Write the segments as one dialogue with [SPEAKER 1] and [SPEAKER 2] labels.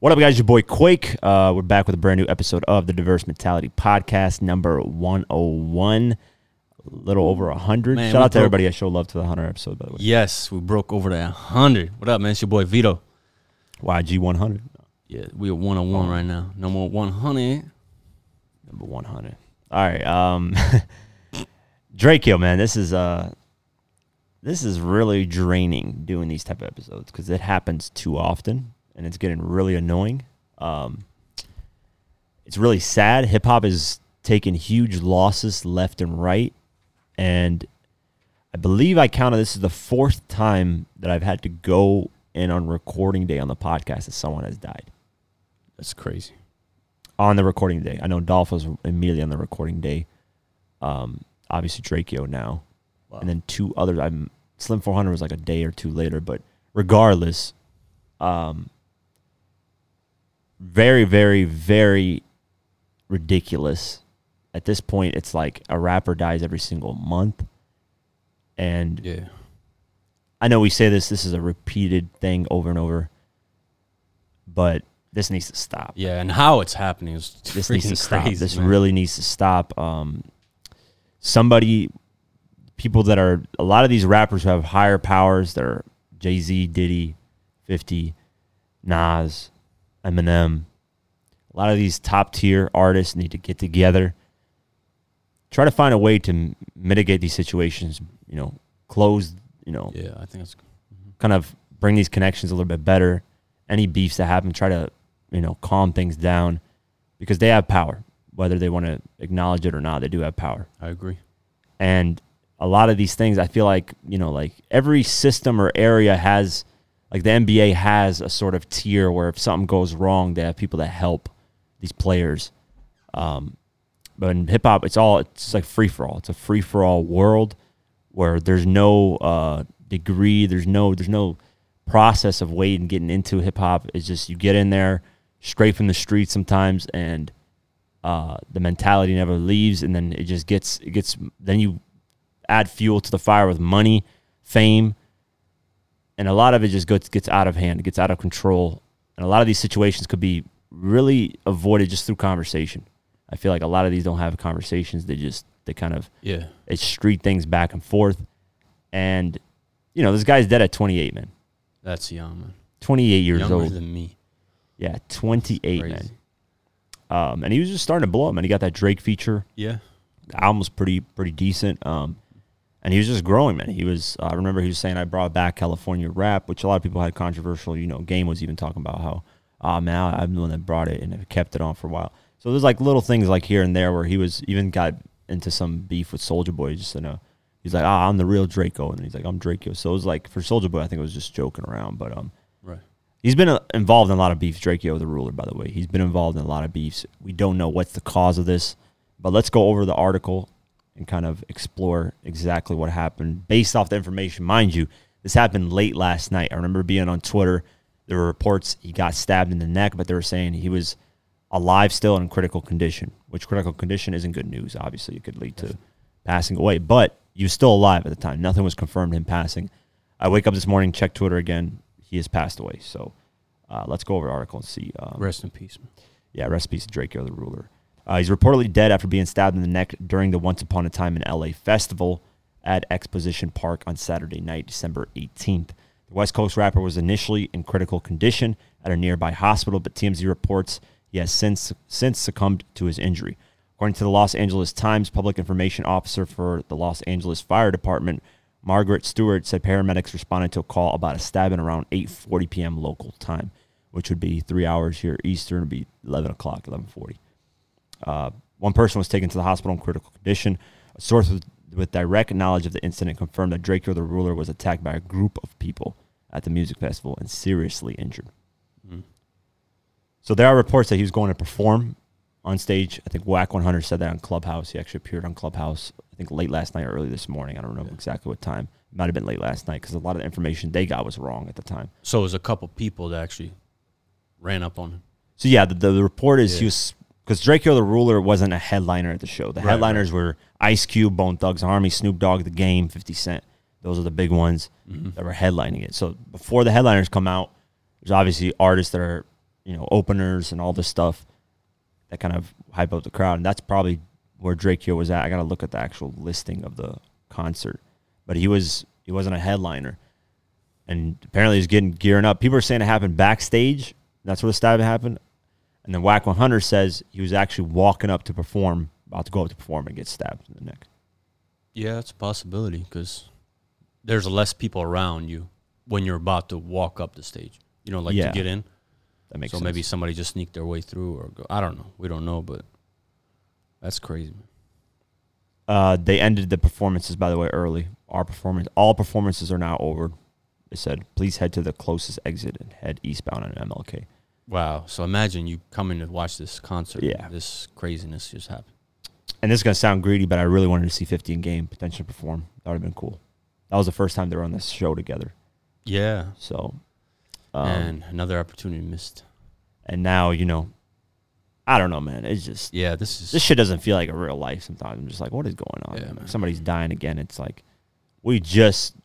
[SPEAKER 1] What up, guys? Your boy Quake. Uh, we're back with a brand new episode of the Diverse Mentality Podcast, number 101. A little over 100.
[SPEAKER 2] Man,
[SPEAKER 1] Shout out
[SPEAKER 2] we
[SPEAKER 1] to
[SPEAKER 2] broke-
[SPEAKER 1] everybody that showed love to the 100 episode, by the way.
[SPEAKER 2] Yes, we broke over that 100. What up, man? It's your boy Vito.
[SPEAKER 1] YG 100.
[SPEAKER 2] Yeah, we are 101 right now. No more 100.
[SPEAKER 1] Number 100. All right. Um, Drake Hill, man. This is. Uh, this is really draining doing these type of episodes because it happens too often and it's getting really annoying. Um, it's really sad. Hip hop is taking huge losses left and right, and I believe I counted this is the fourth time that I've had to go in on recording day on the podcast that someone has died
[SPEAKER 2] That's crazy.
[SPEAKER 1] on the recording day. I know Dolph was immediately on the recording day. Um, obviously Drakeo now,
[SPEAKER 2] Wow.
[SPEAKER 1] and then two others. I'm Slim 400 was like a day or two later, but regardless, um, very, very, very ridiculous. At this point, it's like a rapper dies every single month, and
[SPEAKER 2] Yeah.
[SPEAKER 1] I know we say this. This is a repeated thing over and over, but this needs to stop
[SPEAKER 2] Yeah, and how it's happening is
[SPEAKER 1] this
[SPEAKER 2] freaking
[SPEAKER 1] needs to stop.
[SPEAKER 2] crazy,
[SPEAKER 1] this
[SPEAKER 2] man.
[SPEAKER 1] really needs to stop. Um, somebody, people that are a lot of these rappers who have higher powers. They're Jay Z, Diddy, Fifty, Nas, Eminem. A lot of these top tier artists need to get together, try to find a way to m- mitigate these situations. You know, close. You know,
[SPEAKER 2] Yeah, I think it's
[SPEAKER 1] kind of bring these connections a little bit better. Any beefs that happen, try to you know calm things down because they have power, whether they want to acknowledge it or not. They do have power,
[SPEAKER 2] I agree.
[SPEAKER 1] and a lot of these things, I feel like you know, like every system or area has, like the NBA has a sort of tier where if something goes wrong, they have people that help these players. Um, but in hip hop, it's all it's like free for all. It's a free for all world where there's no uh, degree, there's no there's no process of waiting getting into hip hop. It's just you get in there straight from the street sometimes, and uh, the mentality never leaves, and then it just gets it gets. Then you add fuel to the fire with money, fame, and a lot of it just gets gets out of hand, it gets out of control, and a lot of these situations could be really avoided just through conversation. I feel like a lot of these don't have conversations. They just they kind of
[SPEAKER 2] Yeah.
[SPEAKER 1] it's street things back and forth. And, you know, this guy's dead at 28, man.
[SPEAKER 2] That's young, man.
[SPEAKER 1] 28 years
[SPEAKER 2] Younger
[SPEAKER 1] old.
[SPEAKER 2] than me.
[SPEAKER 1] Yeah, 28,
[SPEAKER 2] Crazy.
[SPEAKER 1] man. Um, and he was just starting to blow up, man. He got that Drake feature.
[SPEAKER 2] Yeah.
[SPEAKER 1] The album was pretty, pretty decent. Um, and he was just growing, man. He was, I remember he was saying, I brought back California rap, which a lot of people had controversial. You know, Game was even talking about how, ah, man, I- I'm the one that brought it and it kept it on for a while. So there's like little things like here and there where he was even got into some beef with Soldier Boy just in a, he's like, ah, I'm the real Draco. And he's like, I'm Draco. So it was like, for Soldier Boy, I think it was just joking around. But um,
[SPEAKER 2] Right.
[SPEAKER 1] He's been uh, involved in a lot of beefs. Drakeo the ruler, by the way. He's been involved in a lot of beefs. We don't know what's the cause of this, but let's go over the article and kind of explore exactly what happened based off the information. Mind you, this happened late last night. I remember being on Twitter. There were reports he got stabbed in the neck, but they were saying he was alive still and in critical condition, which critical condition isn't good news. Obviously, it could lead to passing away, but he was still alive at the time. Nothing was confirmed him passing. I wake up this morning, check Twitter again. He has passed away. So uh, let's go over the article and see. Um,
[SPEAKER 2] Rest in peace, man.
[SPEAKER 1] yeah, recipes of Draco the Ruler. Uh, he's reportedly dead after being stabbed in the neck during the Once Upon a Time in LA festival at Exposition Park on Saturday night, December 18th. The West Coast rapper was initially in critical condition at a nearby hospital, but TMZ reports he has since since succumbed to his injury. According to the Los Angeles Times, public information officer for the Los Angeles Fire Department, Margaret Stewart, said paramedics responded to a call about a stabbing around 8:40 p.m. local time which would be three hours here Eastern, would be eleven o'clock, eleven forty. Uh, one person was taken to the hospital in critical condition. A source with, with direct knowledge of the incident confirmed that Draco the Ruler was attacked by a group of people at the music festival and seriously injured.
[SPEAKER 2] Mm.
[SPEAKER 1] So there are reports that he was going to perform on stage. I think Whack 100 said that on Clubhouse. He actually appeared on Clubhouse, I think late last night or early this morning. I don't know
[SPEAKER 2] Yeah.
[SPEAKER 1] exactly what time. Might have been late last night because a lot of the information they got was wrong at the time.
[SPEAKER 2] So it was a couple people that actually ran up on him.
[SPEAKER 1] So yeah, the, the, the report is he
[SPEAKER 2] Yeah.
[SPEAKER 1] was because Draco the Ruler wasn't a headliner at the show. The
[SPEAKER 2] Right, right.
[SPEAKER 1] headliners were Ice Cube, Bone Thugs Army, Snoop Dogg, The Game, Fifty Cent. Those are the big
[SPEAKER 2] Mm-hmm.
[SPEAKER 1] ones that were headlining it. So before the headliners come out, there's obviously artists that are you you know, openers and all this stuff that kind of hype up the crowd. And that's probably where Drake Hill was at. I gotta look at the actual listing of the concert. But he was he wasn't a headliner. And apparently he's getting gearing up. People are saying it happened backstage. That's where the stabbing happened. And then Whack 100 says he was actually walking up to perform, about to go up to perform and get stabbed in the neck.
[SPEAKER 2] Yeah, that's a possibility because there's less people around you when you're about to walk up the stage. You know, like
[SPEAKER 1] Yeah.
[SPEAKER 2] to get in.
[SPEAKER 1] That makes
[SPEAKER 2] so
[SPEAKER 1] sense.
[SPEAKER 2] maybe somebody just sneaked their way through, or go, I don't know. We don't know, but that's crazy. Man.
[SPEAKER 1] Uh, they ended the performances, by the way, early. Our performance, all performances are now over. They said, please head to the closest exit and head eastbound on MLK.
[SPEAKER 2] Wow. So imagine you coming to watch this concert.
[SPEAKER 1] Yeah.
[SPEAKER 2] This craziness just happened.
[SPEAKER 1] And this is going to sound greedy, but I really wanted to see 50 in game potentially perform. That would have been cool. That was the first time they were on this show together.
[SPEAKER 2] Yeah.
[SPEAKER 1] So, um, and,
[SPEAKER 2] and another opportunity missed.
[SPEAKER 1] now, you know, I don't know, man. It's just,
[SPEAKER 2] Yeah. This is
[SPEAKER 1] this shit doesn't feel like a real life sometimes. I'm just like, what is going on?
[SPEAKER 2] Yeah,
[SPEAKER 1] If
[SPEAKER 2] man.
[SPEAKER 1] Somebody's dying again. It's like, we just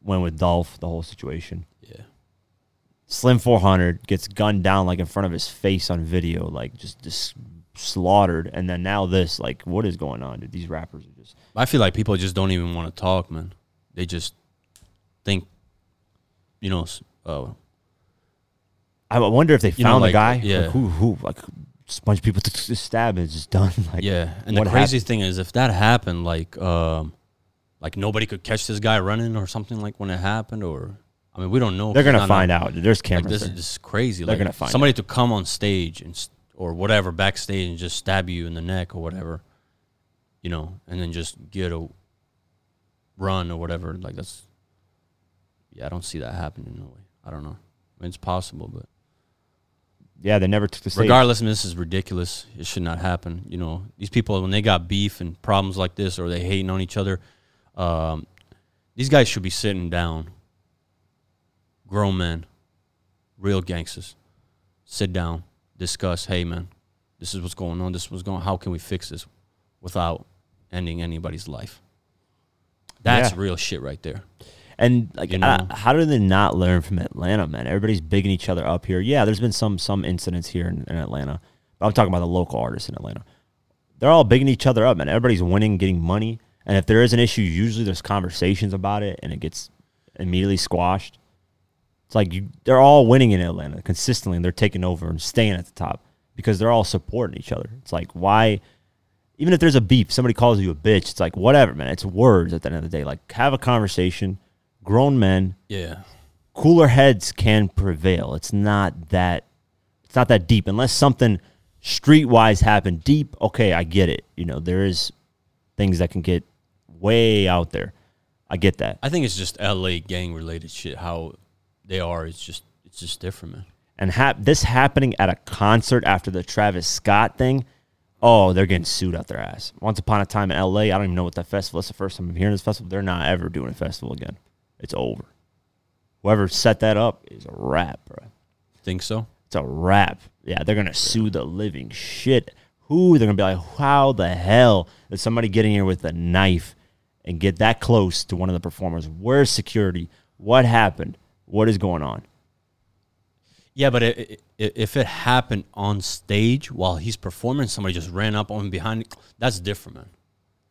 [SPEAKER 1] went with Dolph, the whole situation.
[SPEAKER 2] yeah.
[SPEAKER 1] Slim 400 gets gunned down like in front of his face on video, like just, just slaughtered. And then now this, like, what is going on, dude? These rappers are just.
[SPEAKER 2] I feel like people just don't even want to talk, man. They just think, you know, s- uh,
[SPEAKER 1] I wonder if they found
[SPEAKER 2] You know,
[SPEAKER 1] the
[SPEAKER 2] like,
[SPEAKER 1] guy.
[SPEAKER 2] yeah.
[SPEAKER 1] Like, who, who, like, just a bunch of people just stab and it's just done. Like,
[SPEAKER 2] yeah. And
[SPEAKER 1] what
[SPEAKER 2] the crazy thing is, if that happened, like, um, like nobody could catch this guy running or something like when it happened, or I mean, we don't know.
[SPEAKER 1] they're going to find out. dude. There's
[SPEAKER 2] Like
[SPEAKER 1] cameras.
[SPEAKER 2] this is
[SPEAKER 1] there.
[SPEAKER 2] just crazy.
[SPEAKER 1] They're
[SPEAKER 2] like
[SPEAKER 1] gonna find
[SPEAKER 2] somebody to come on stage and s- or whatever backstage and just stab you in the neck or whatever, you know, and then just get a run or whatever. Like that's yeah, I don't see that happening in a way. I don't know. I mean, it's possible, but
[SPEAKER 1] yeah, they never took the stage.
[SPEAKER 2] regardless, I mean, this is ridiculous. It should not happen. You know, these people when they got beef and problems like this, or they hating on each other, um, these guys should be sitting down. Grown men, real gangsters, sit down, discuss. Hey, man, this is what's going on. This is what's going. How can we fix this without ending anybody's life? That's
[SPEAKER 1] Yeah.
[SPEAKER 2] real shit right there.
[SPEAKER 1] And like,
[SPEAKER 2] You know?
[SPEAKER 1] I- how do they not learn from Atlanta, man? Everybody's bigging each other up here. Yeah, there's been some some incidents here in, in Atlanta, but I'm talking about the local artists in Atlanta. They're all bigging each other up, man. Everybody's winning, getting money, and if there is an issue, usually there's conversations about it, and it gets immediately squashed. It's like you, they're all winning in Atlanta consistently, and they're taking over and staying at the top because they're all supporting each other. It's like why even if there's a beef, somebody calls you a bitch, it's like whatever, man. It's words at the end of the day. Like have a conversation. Grown men,
[SPEAKER 2] Yeah,
[SPEAKER 1] cooler heads can prevail. It's not that it's not that deep unless something streetwise happened deep. Okay, I get it. You know, there is things that can get way out there. I get that.
[SPEAKER 2] I think it's just L.A. gang related shit. How they are, it's just it's just different, man.
[SPEAKER 1] and hap- this happening at a concert after the Travis Scott thing. Oh, they're getting sued out their ass. Once upon a time in LA, I don't even know what that festival. That's the first time I'm hearing this festival. They're not ever doing a festival again. It's over. Whoever set that up is a wrap, bro.
[SPEAKER 2] Think so?
[SPEAKER 1] It's a wrap. Yeah, they're gonna sue the living shit. Who they're gonna be like? How the hell did somebody get in here with a knife and get that close to one of the performers? Where's security? What happened? What is going on?
[SPEAKER 2] Yeah, but i i if it happened on stage while he's performing, somebody just ran up on him behind. That's different, man.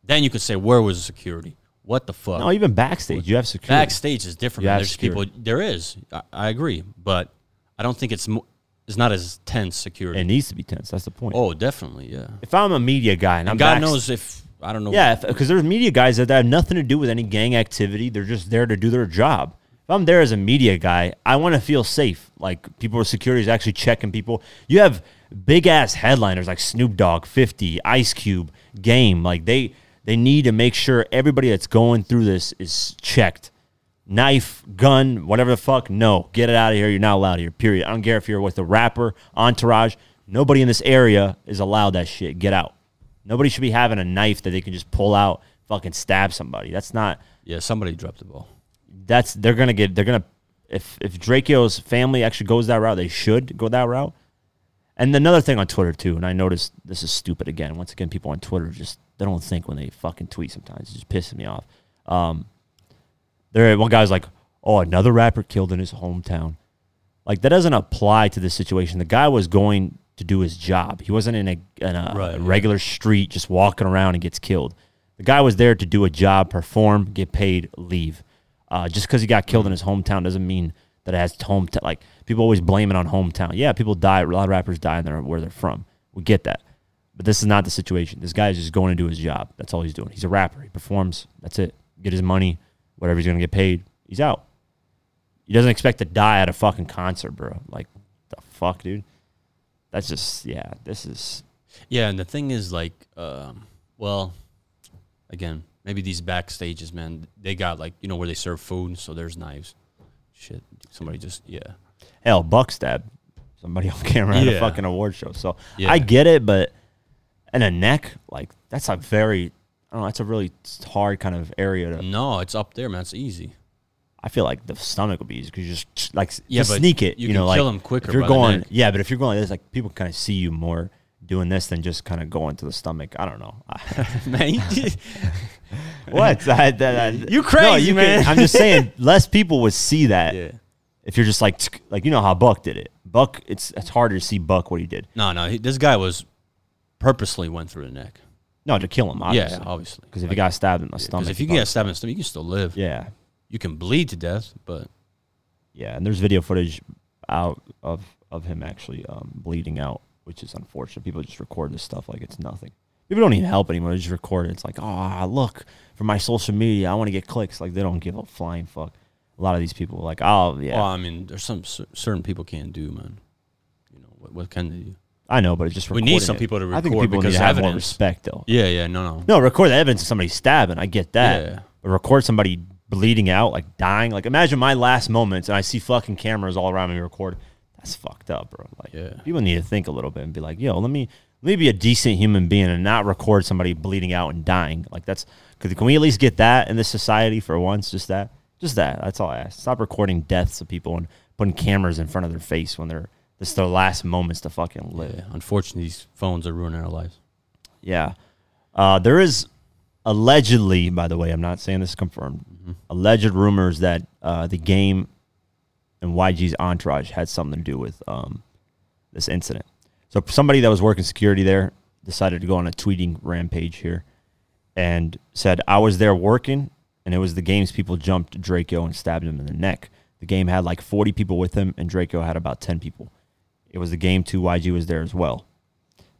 [SPEAKER 2] Then you could say, where was the security? What the fuck?
[SPEAKER 1] No, even backstage, you have security.
[SPEAKER 2] Backstage is different.
[SPEAKER 1] You
[SPEAKER 2] Man.
[SPEAKER 1] have
[SPEAKER 2] There's people. There is. I, I agree, but I don't think it's mo- it's not as tense security.
[SPEAKER 1] It needs to be tense. That's the point.
[SPEAKER 2] oh, definitely, yeah.
[SPEAKER 1] If I'm a media guy and I'm
[SPEAKER 2] God
[SPEAKER 1] backst-
[SPEAKER 2] knows if I don't know.
[SPEAKER 1] yeah, because there's media guys that have nothing to do with any gang activity. They're just there to do their job. If I'm there as a media guy, I want to feel safe. Like people with security is actually checking people. You have big ass headliners like Snoop Dogg, Fifty, Ice Cube, Game. Like they they need to make sure everybody that's going through this is checked. Knife, gun, whatever the fuck. No, get it out of here. You're not allowed here. Period. I don't care if you're with a rapper, entourage. Nobody in this area is allowed that shit. Get out. Nobody should be having a knife that they can just pull out, fucking stab somebody. That's not.
[SPEAKER 2] yeah. Somebody dropped the ball.
[SPEAKER 1] That's they're gonna get. They're gonna. If if Draco's family actually goes that route, they should go that route. And another thing on Twitter too, and I noticed this is stupid again. Once again, people on Twitter just they don't think when they fucking tweet. Sometimes it just pisses me off. Um, there one guy's like, "Oh, another rapper killed in his hometown." Like that doesn't apply to this situation. The guy was going to do his job. He wasn't in a, in a
[SPEAKER 2] Right, yeah.
[SPEAKER 1] regular street just walking around and gets killed. The guy was there to do a job, perform, get paid, leave. Uh, just because he got killed in his hometown doesn't mean that it has hometown. Like people always blame it on hometown. Yeah, people die. A lot of rappers die in their where they're from. We get that, but this is not the situation. This guy is just going to do his job. That's all he's doing. He's a rapper. He performs. That's it. Get his money, whatever he's gonna get paid. He's out. He doesn't expect to die at a fucking concert, bro. Like the fuck, dude. That's just yeah. This is
[SPEAKER 2] Yeah, and the thing is, like, um, well, again, maybe these backstages, man, they got like you know where they serve food, so there's knives. Shit, somebody just yeah,
[SPEAKER 1] hell, Buck stabbed somebody on camera at a
[SPEAKER 2] Yeah.
[SPEAKER 1] fucking award show. So
[SPEAKER 2] Yeah.
[SPEAKER 1] I get it, but in a neck, like that's a very, I don't know, that's a really hard kind of area to.
[SPEAKER 2] no, it's up there, man. It's easy.
[SPEAKER 1] I feel like the stomach would be easy because you just like
[SPEAKER 2] Yeah,
[SPEAKER 1] just
[SPEAKER 2] but
[SPEAKER 1] sneak it. You,
[SPEAKER 2] you
[SPEAKER 1] know,
[SPEAKER 2] can
[SPEAKER 1] like
[SPEAKER 2] kill 'em quicker
[SPEAKER 1] If you're
[SPEAKER 2] by the
[SPEAKER 1] going,
[SPEAKER 2] neck.
[SPEAKER 1] yeah, but if you're going like this, like people kind of see you more doing this than just kind of going to the stomach. I don't know.
[SPEAKER 2] man, you-
[SPEAKER 1] what? I, that, I,
[SPEAKER 2] You crazy,
[SPEAKER 1] can-
[SPEAKER 2] man.
[SPEAKER 1] I'm just saying, less people would see that.
[SPEAKER 2] yeah.
[SPEAKER 1] if you're just like tsk, like you know how Buck did it. Buck, it's it's harder to see Buck what he did.
[SPEAKER 2] No, no, he, this guy was purposely went through the neck.
[SPEAKER 1] No, to kill him, obviously.
[SPEAKER 2] Yeah, obviously.
[SPEAKER 1] Because if he got stabbed in the
[SPEAKER 2] Because
[SPEAKER 1] stomach,
[SPEAKER 2] if you
[SPEAKER 1] Buck-
[SPEAKER 2] get stabbed in the stomach, you can still live.
[SPEAKER 1] yeah,
[SPEAKER 2] You can bleed to death, but
[SPEAKER 1] yeah, and there's video footage out of of him actually um, bleeding out, which is unfortunate. People just record this stuff like it's nothing. People don't need help anymore. They just record it. It's like, ah, look for my social media. I want to get clicks. Like they don't give a flying fuck. A lot of these people, like, oh yeah,
[SPEAKER 2] well, I mean, there's some cer- certain people can't do, man. You know what? What can they do?
[SPEAKER 1] I know, but it's just
[SPEAKER 2] We need
[SPEAKER 1] recording
[SPEAKER 2] some
[SPEAKER 1] it.
[SPEAKER 2] people to
[SPEAKER 1] I think
[SPEAKER 2] record
[SPEAKER 1] people need
[SPEAKER 2] because
[SPEAKER 1] to have more
[SPEAKER 2] evidence.
[SPEAKER 1] respect, though.
[SPEAKER 2] Yeah, yeah, no, no.
[SPEAKER 1] No, record the evidence of somebody stabbing. I get that.
[SPEAKER 2] Yeah.
[SPEAKER 1] But record somebody bleeding out, like dying. Like imagine my last moments and I see fucking cameras all around me record. That's fucked up, bro. Like
[SPEAKER 2] Yeah.
[SPEAKER 1] people need to think a little bit and be like, yo, let me let me be a decent human being and not record somebody bleeding out and dying. Like that's could can we at least get that in this society for once? Just that. Just that. That's all I ask. Stop recording deaths of people and putting cameras in front of their face when they're this is their last moments to fucking live.
[SPEAKER 2] Yeah, unfortunately, these phones are ruining our lives.
[SPEAKER 1] Yeah. Uh, there is allegedly, by the way, I'm not saying this is confirmed, alleged rumors that uh, the game and YG's entourage had something to do with um, this incident. So somebody that was working security there decided to go on a tweeting rampage here and said, I was there working, and it was the game's people jumped Draco and stabbed him in the neck. The game had like 40 people with him, and Draco had about 10 people. It was the game too. YG was there as well.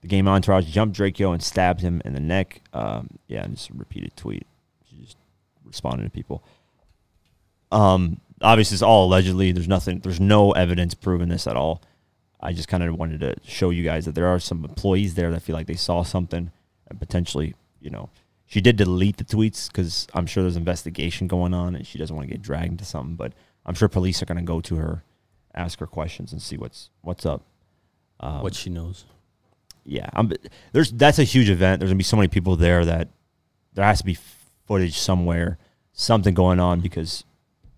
[SPEAKER 1] The game entourage jumped Draco and stabbed him in the neck. Um, yeah, and just a repeated tweet. She just responded to people. Um, obviously, it's all allegedly. There's nothing. There's no evidence proving this at all. I just kind of wanted to show you guys that there are some employees there that feel like they saw something and potentially, you know, she did delete the tweets because I'm sure there's investigation going on and she doesn't want to get dragged into something. But I'm sure police are going to go to her, ask her questions, and see what's what's up. Um,
[SPEAKER 2] what she knows.
[SPEAKER 1] yeah, I'm, there's that's a huge event. There's gonna be so many people there that there has to be footage somewhere, something going on because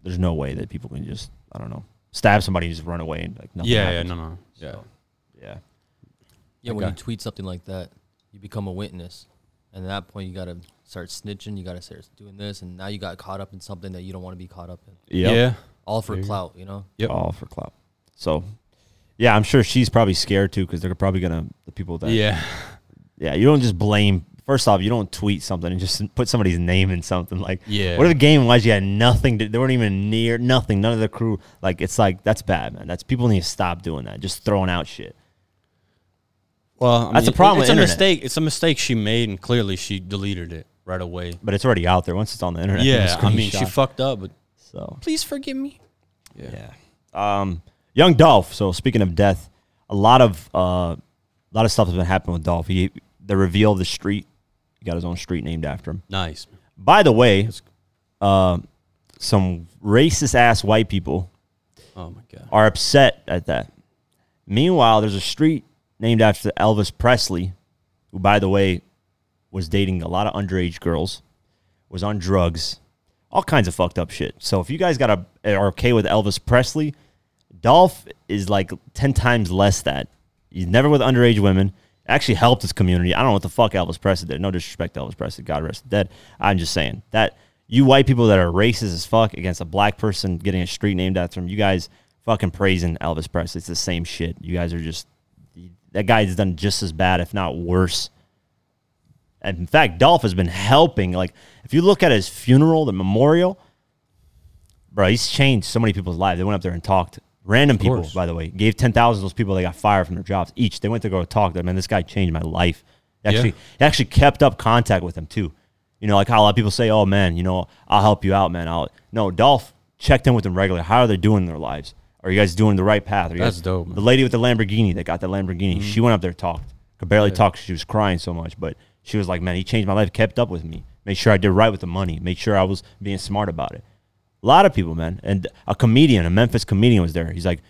[SPEAKER 1] there's no way that people can just I don't know stab somebody and just run away and like nothing.
[SPEAKER 2] Yeah, yeah,
[SPEAKER 1] happens.
[SPEAKER 2] no, no, yeah.
[SPEAKER 1] So, yeah.
[SPEAKER 3] Yeah, when
[SPEAKER 2] Okay.
[SPEAKER 3] you tweet something like that, you become a witness, and at that point, you gotta start snitching. You gotta start doing this, and now you got caught up in something that you don't want to be caught up in,
[SPEAKER 1] Yep.
[SPEAKER 2] Yeah,
[SPEAKER 3] all for
[SPEAKER 2] There you go.
[SPEAKER 3] clout. You know,
[SPEAKER 2] Yep.
[SPEAKER 1] all for clout. So, yeah, I'm sure she's probably scared too because they're probably gonna the people that
[SPEAKER 2] yeah,
[SPEAKER 1] yeah. You don't just blame. First off, you don't tweet something and just put somebody's name in something like
[SPEAKER 2] Yeah.
[SPEAKER 1] What if the game was you had nothing? To, they weren't even near nothing. None of the crew. Like it's like that's bad, man. That's people need to stop doing that. Just throwing out shit.
[SPEAKER 2] Well, I
[SPEAKER 1] That's the problem
[SPEAKER 2] It's
[SPEAKER 1] with
[SPEAKER 2] a
[SPEAKER 1] internet.
[SPEAKER 2] mistake. It's a mistake she made, and clearly she deleted it right away.
[SPEAKER 1] But it's already out there once it's on the internet.
[SPEAKER 2] Yeah,
[SPEAKER 1] there's a
[SPEAKER 2] I mean, she
[SPEAKER 1] screenshot.
[SPEAKER 2] fucked up, but
[SPEAKER 1] so
[SPEAKER 2] please forgive me.
[SPEAKER 1] Yeah. Um, young Dolph. So speaking of death, a lot of uh, a lot of stuff has been happening with Dolph. He the reveal of the street. He got his own street named after him.
[SPEAKER 2] Nice.
[SPEAKER 1] By the way, uh, some racist ass white people
[SPEAKER 2] Oh my god.
[SPEAKER 1] are upset at that. Meanwhile, there's a street named after Elvis Presley, who, by the way, was dating a lot of underage girls, was on drugs, all kinds of fucked up shit. So if you guys got a are okay with Elvis Presley, Dolph is like ten times less that. He's never with underage women. Actually helped his community. I don't know what the fuck Elvis Presley did. No disrespect to Elvis Presley. God rest his dead. I'm just saying that you white people that are racist as fuck against a black person getting a street named after him, you guys fucking praising Elvis Presley. It's the same shit. You guys are just that guy's done just as bad, if not worse. And in fact, Dolph has been helping. Like, if you look at his funeral, the memorial, bro, he's changed so many people's lives. They went up there and talked. Random people,
[SPEAKER 2] course.
[SPEAKER 1] by the way, gave ten thousand those people that got fired from their jobs each. They went to go talk to them, and this guy changed my life. He
[SPEAKER 2] Yeah.
[SPEAKER 1] Actually, he actually kept up contact with him too. You know, like how a lot of people say, "Oh man, you know, I'll help you out, man." I'll no. Dolph checked in with them regularly. How are they doing in their lives? Are you guys doing the right path? Are you
[SPEAKER 2] That's
[SPEAKER 1] guys-
[SPEAKER 2] dope, man.
[SPEAKER 1] The lady with the Lamborghini that got the Lamborghini, she went up there and talked. Could barely talk. 'cause She was crying so much, but she was like, "Man, he changed my life. Kept up with me. Made sure I did right with the money. Made sure I was being smart about it." A lot of people, man, and a comedian, a Memphis comedian, was there. He's like,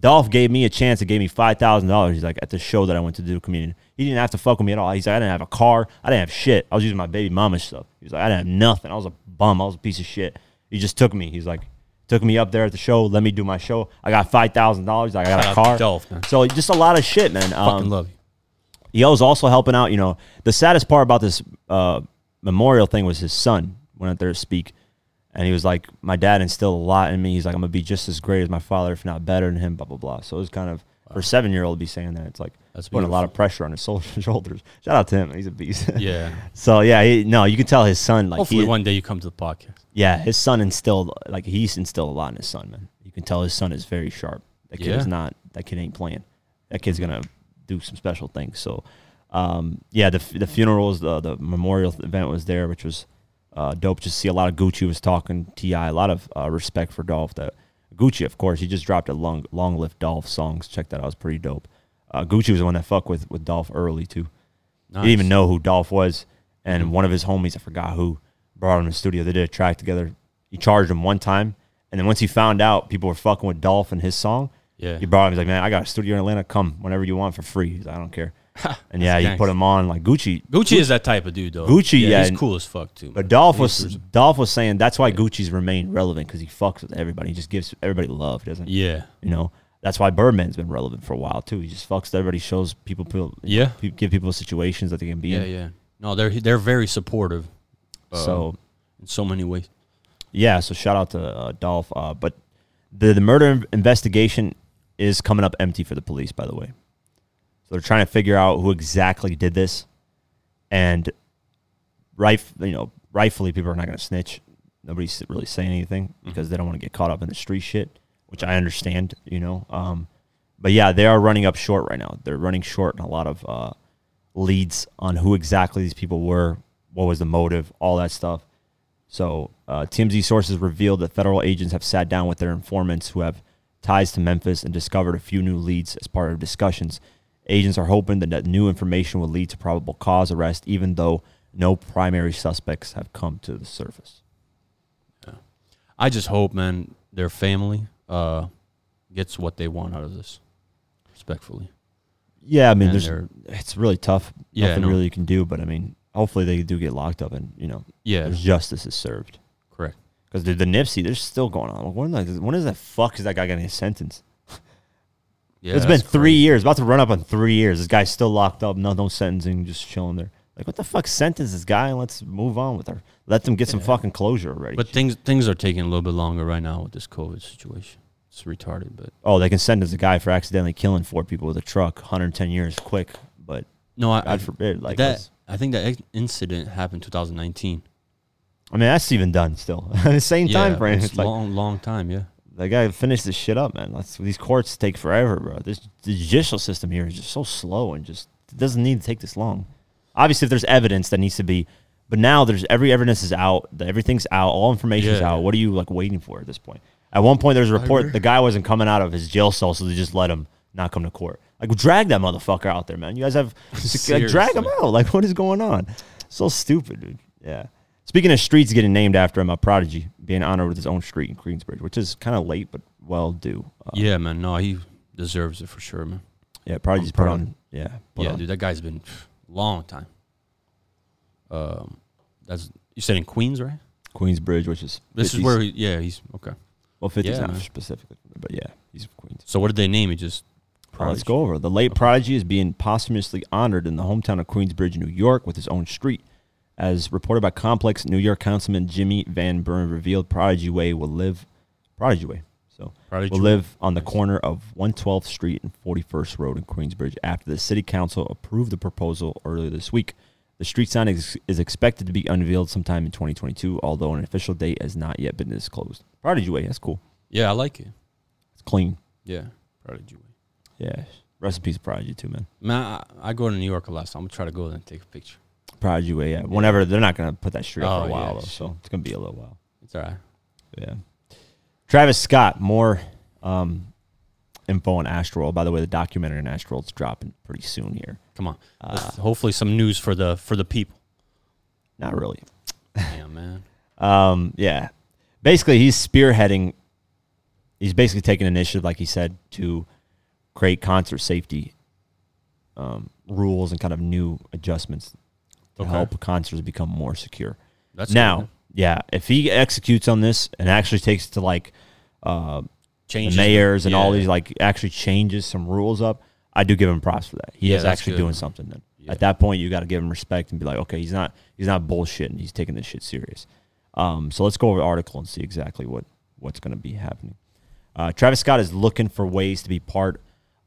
[SPEAKER 1] Dolph gave me a chance. It gave me five thousand dollars. He's like at the show that I went to do comedian. He didn't have to fuck with me at all. He's like, I didn't have a car. I didn't have shit. I was using my baby mama's stuff. He was like, I didn't have nothing. I was a bum. I was a piece of shit. He just took me. He's like, took me up there at the show. Let me do my show. I got five thousand dollars. I got
[SPEAKER 2] Shout
[SPEAKER 1] a
[SPEAKER 2] out
[SPEAKER 1] car.
[SPEAKER 2] to Uh, Dolph, man.
[SPEAKER 1] So just a lot of shit, man. Um,
[SPEAKER 2] Fucking love you.
[SPEAKER 1] Yo's also helping out. You know, the saddest part about this uh, memorial thing was his son went out there to speak, and he was like, "My dad instilled a lot in me. He's like, I'm gonna be just as great as my father, if not better than him." Blah blah blah. So it was kind of for a seven year old to be saying that. It's like
[SPEAKER 2] That's
[SPEAKER 1] putting a lot of pressure on his soul- shoulders. Shout out to him. He's a beast.
[SPEAKER 2] Yeah.
[SPEAKER 1] so yeah, he, no, you can tell his son like
[SPEAKER 2] Hopefully
[SPEAKER 1] Um, he,
[SPEAKER 2] one day you come to the podcast.
[SPEAKER 1] yeah, his son instilled like he's instilled a lot in his son, man. You can tell his son is very sharp. That kid
[SPEAKER 2] Yeah.
[SPEAKER 1] is not. That kid ain't playing. That kid's gonna do some special things. So, um, yeah, the f- the funerals, the the memorial event was there, which was uh, dope. Just see a lot of Gucci was talking Ti, a lot of uh, respect for Dolph. That Gucci, of course, he just dropped a long long lift Dolph songs. Check that out. It was pretty dope. Uh, Gucci was the one that fucked with with Dolph early too. He didn't even know who Dolph was. And one of his homies, I forgot who, brought him to the studio. They did a track together. He charged him one time. And then once he found out people were fucking with Dolph and his song,
[SPEAKER 2] Yeah.
[SPEAKER 1] he brought him. He's like, man, I got a studio in Atlanta. Come whenever you want for free. He's like, I don't care. and yeah, he
[SPEAKER 2] That's
[SPEAKER 1] put him on like Gucci.
[SPEAKER 2] Gucci is that type of dude though.
[SPEAKER 1] Gucci, yeah,
[SPEAKER 2] he's
[SPEAKER 1] and-
[SPEAKER 2] cool as fuck too.
[SPEAKER 1] But
[SPEAKER 2] But
[SPEAKER 1] Dolph was Dolph was saying that's why Gucci's remained relevant because he fucks with everybody. He just gives everybody love, doesn't he?
[SPEAKER 2] yeah,
[SPEAKER 1] You know, that's why Birdman's been relevant for a while too. He just fucks with everybody, shows people, people
[SPEAKER 2] Yeah.
[SPEAKER 1] pe- give people situations that they can be
[SPEAKER 2] yeah,
[SPEAKER 1] in.
[SPEAKER 2] yeah. No, they're they're very supportive. uh,
[SPEAKER 1] So
[SPEAKER 2] in so many ways.
[SPEAKER 1] Yeah, so shout out to uh, Dolph. Uh, but the, the murder in- investigation is coming up empty for the police, by the way. So they're trying to figure out who exactly did this, and rif- you know, rightfully people are not going to snitch. Nobody's really saying anything because they don't want to get caught up in the street shit, which I understand, you know. Um, but yeah, they are running up short right now. They're running short in a lot of uh, leads on who exactly these people were, what was the motive, all that stuff. So, uh, TMZ sources revealed that federal agents have sat down with their informants who have ties to Memphis and discovered a few new leads as part of discussions. Agents are hoping that that new information will lead to probable cause arrest, even though no primary suspects have come to the surface.
[SPEAKER 2] I just hope, man, their family uh, gets what they want out of this. Respectfully,
[SPEAKER 1] Yeah, I mean,
[SPEAKER 2] And
[SPEAKER 1] there's, it's really tough.
[SPEAKER 2] Yeah,
[SPEAKER 1] Nothing
[SPEAKER 2] no.
[SPEAKER 1] really you can do, but I mean, hopefully they do get locked up and, you know,
[SPEAKER 2] yeah,
[SPEAKER 1] there's justice is served.
[SPEAKER 2] correct.
[SPEAKER 1] Because the, the Nipsey, there's still going on. Like, when, the- when is that fuck is that guy getting a sentence?
[SPEAKER 2] Yeah,
[SPEAKER 1] it's been
[SPEAKER 2] that's
[SPEAKER 1] three years, about to run up on three years. This guy's still locked up, no, no sentencing, just chilling there. Like, what the fuck sentence this guy? and Let's move on with her. Let them get some fucking closure already.
[SPEAKER 2] crazy. But things things are taking a little bit longer right now with this COVID situation. It's retarded, but
[SPEAKER 1] oh, they can sentence a guy for accidentally killing four people with a truck, 110 years, quick. But
[SPEAKER 2] no, I, I
[SPEAKER 1] God forbid, like
[SPEAKER 2] that.
[SPEAKER 1] let's-
[SPEAKER 2] I think that incident happened 2019.
[SPEAKER 1] I mean, that's even done still. the same time frame.
[SPEAKER 2] it's
[SPEAKER 1] It's, like
[SPEAKER 2] long, long time. Yeah,
[SPEAKER 1] that guy finished this shit up, man. That's these courts take forever, bro. This the judicial system here is just so slow and just it doesn't need to take this long. Obviously, if there's evidence that needs to be, but now there's every evidence is out, the- everything's out, all information's
[SPEAKER 2] Yeah.
[SPEAKER 1] out. What are you like waiting for at this point? At one point, there's a report the guy wasn't coming out of his jail cell, so they just let him not come to court. Like drag that motherfucker out there, man. You guys have like, drag him
[SPEAKER 2] Seriously.
[SPEAKER 1] out. Like what is going on? So stupid, dude. Yeah. Speaking of streets getting named after him, a prodigy being honored with his own street in Queensbridge, which is kind of late but well due. Uh,
[SPEAKER 2] yeah, man. No, he deserves it for sure, man.
[SPEAKER 1] yeah, prodigy's
[SPEAKER 2] proud.
[SPEAKER 1] put on. Yeah, put
[SPEAKER 2] yeah,
[SPEAKER 1] on.
[SPEAKER 2] dude, that guy's been pff, long time. Um, that's you said in Queens, right?
[SPEAKER 1] Queensbridge, which is
[SPEAKER 2] This is
[SPEAKER 1] 50s
[SPEAKER 2] where, he, yeah, he's okay.
[SPEAKER 1] well, 50s
[SPEAKER 2] yeah,
[SPEAKER 1] not
[SPEAKER 2] man.
[SPEAKER 1] specifically, but yeah, he's from Queens.
[SPEAKER 2] So what did they name? He just
[SPEAKER 1] Uh, Let's go over. The late Prodigy is being posthumously honored in the hometown of Queensbridge, New York, with his own street. As reported by Complex, New York Councilman Jimmy Van Buren revealed Prodigy Way will live. Prodigy Way. So
[SPEAKER 2] Probably
[SPEAKER 1] will
[SPEAKER 2] true.
[SPEAKER 1] live on the corner of 112th Street and 41st Road in Queensbridge after the City Council approved the proposal earlier this week. The street sign is, is expected to be unveiled sometime in 2022, although an official date has not yet been disclosed. Prodigy Way, that's cool.
[SPEAKER 2] Yeah, I like it.
[SPEAKER 1] It's clean.
[SPEAKER 2] Yeah, Prodigy Way.
[SPEAKER 1] Yeah. Recipes Prodigy too, man.
[SPEAKER 2] Man, I, I go to New York a lot, so I'm gonna try to go there and take a picture.
[SPEAKER 1] Prodigy Way, yeah. Whenever they're not gonna put that street up
[SPEAKER 2] Oh,
[SPEAKER 1] for a while,
[SPEAKER 2] yeah.
[SPEAKER 1] though, so it's gonna be a little while.
[SPEAKER 2] It's all right.
[SPEAKER 1] Yeah. Travis Scott, more um, info on Astroworld. By the way, the documentary on Astroworld's dropping pretty soon here.
[SPEAKER 2] Come on.
[SPEAKER 1] Uh,
[SPEAKER 2] Let's- hopefully, some news for the for the people.
[SPEAKER 1] not really.
[SPEAKER 2] Yeah, man.
[SPEAKER 1] Um, yeah. Basically, he's spearheading. He's basically taking initiative, like he said, to create concert safety um, rules and kind of new adjustments to
[SPEAKER 2] Okay.
[SPEAKER 1] help concerts become more secure.
[SPEAKER 2] That's
[SPEAKER 1] now,
[SPEAKER 2] good.
[SPEAKER 1] yeah, if he executes on this and actually takes it to like uh,
[SPEAKER 2] changes
[SPEAKER 1] the mayors and all
[SPEAKER 2] yeah.
[SPEAKER 1] these like actually changes some rules up. I do give him props for that. He
[SPEAKER 2] Yeah,
[SPEAKER 1] is
[SPEAKER 2] that's
[SPEAKER 1] actually
[SPEAKER 2] good.
[SPEAKER 1] doing something. Then
[SPEAKER 2] Yeah.
[SPEAKER 1] at that point, you got to give him respect and be like, okay, he's not he's not bullshitting. He's taking this shit serious. Um, so let's go over the article and see exactly what what's going to be happening. Uh, Travis Scott is looking for ways to be part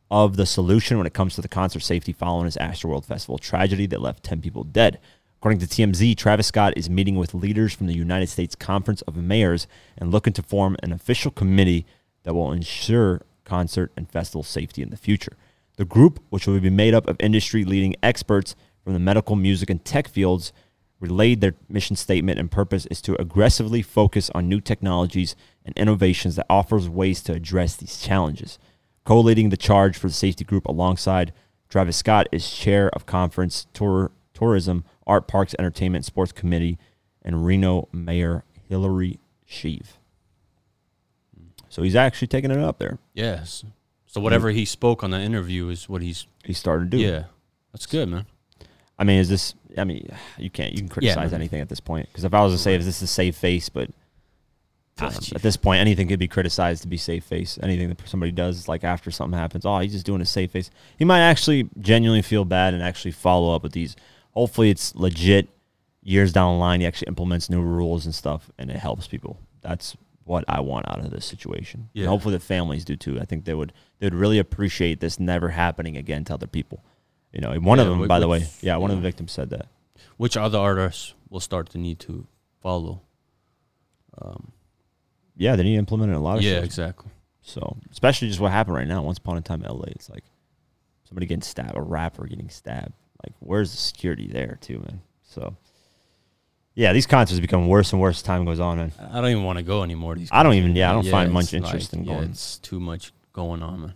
[SPEAKER 1] of the solution when it comes to the concert safety following his Astroworld Festival tragedy that left 10 people dead. According to TMZ, Travis Scott is meeting with leaders from the United States Conference of Mayors and looking to form an official committee that will ensure concert and festival safety in the future. The group, which will be made up of industry leading experts from the medical, music, and tech fields, relayed their mission statement and purpose is to aggressively focus on new technologies and innovations that offers ways to address these challenges. Co-leading the charge for the safety group alongside Travis Scott is chair of conference tour, tourism, art parks, entertainment, sports committee, and Reno Mayor Hillary Sheave. So he's actually taking it up there.
[SPEAKER 2] Yes. So whatever he spoke on the interview is what he's.
[SPEAKER 1] He started to do. it.
[SPEAKER 2] Yeah, that's good, man.
[SPEAKER 1] I mean, is this? I mean, you can't you can criticize
[SPEAKER 2] no.
[SPEAKER 1] anything at this point because if I was to say, is this a safe face? But um,
[SPEAKER 2] Gotcha.
[SPEAKER 1] at this point, anything could be criticized to be safe face. Anything that somebody does, like after something happens, oh, he's just doing a safe face. He might actually genuinely feel bad and actually follow up with these. Hopefully, it's legit. Years down the line, he actually implements new rules and stuff, and it helps people. That's what I want out of this situation. And
[SPEAKER 2] Yeah.
[SPEAKER 1] hopefully, the families do too. I think they would they would really appreciate this never happening again to other people. You know, and one of
[SPEAKER 2] Yeah,
[SPEAKER 1] them,
[SPEAKER 2] wh-
[SPEAKER 1] by the
[SPEAKER 2] which-
[SPEAKER 1] way, yeah, one of
[SPEAKER 2] yeah.
[SPEAKER 1] the victims said that.
[SPEAKER 2] Which other artists will start to need to follow? Um,
[SPEAKER 1] Yeah, they need to implement it in a lot of
[SPEAKER 2] yeah,
[SPEAKER 1] shows.
[SPEAKER 2] exactly.
[SPEAKER 1] So, especially just what happened right now. Once upon a time, in LA, it's like somebody getting stabbed, a rapper getting stabbed. Like, where's the security there, too, man? So, yeah, these concerts become worse and worse as time goes on, man.
[SPEAKER 2] I I don't even want to go anymore. to These
[SPEAKER 1] I don't even, yeah, I don't
[SPEAKER 2] Yeah,
[SPEAKER 1] find much
[SPEAKER 2] it's like-
[SPEAKER 1] interest in
[SPEAKER 2] yeah,
[SPEAKER 1] going.
[SPEAKER 2] It's too much going on, man.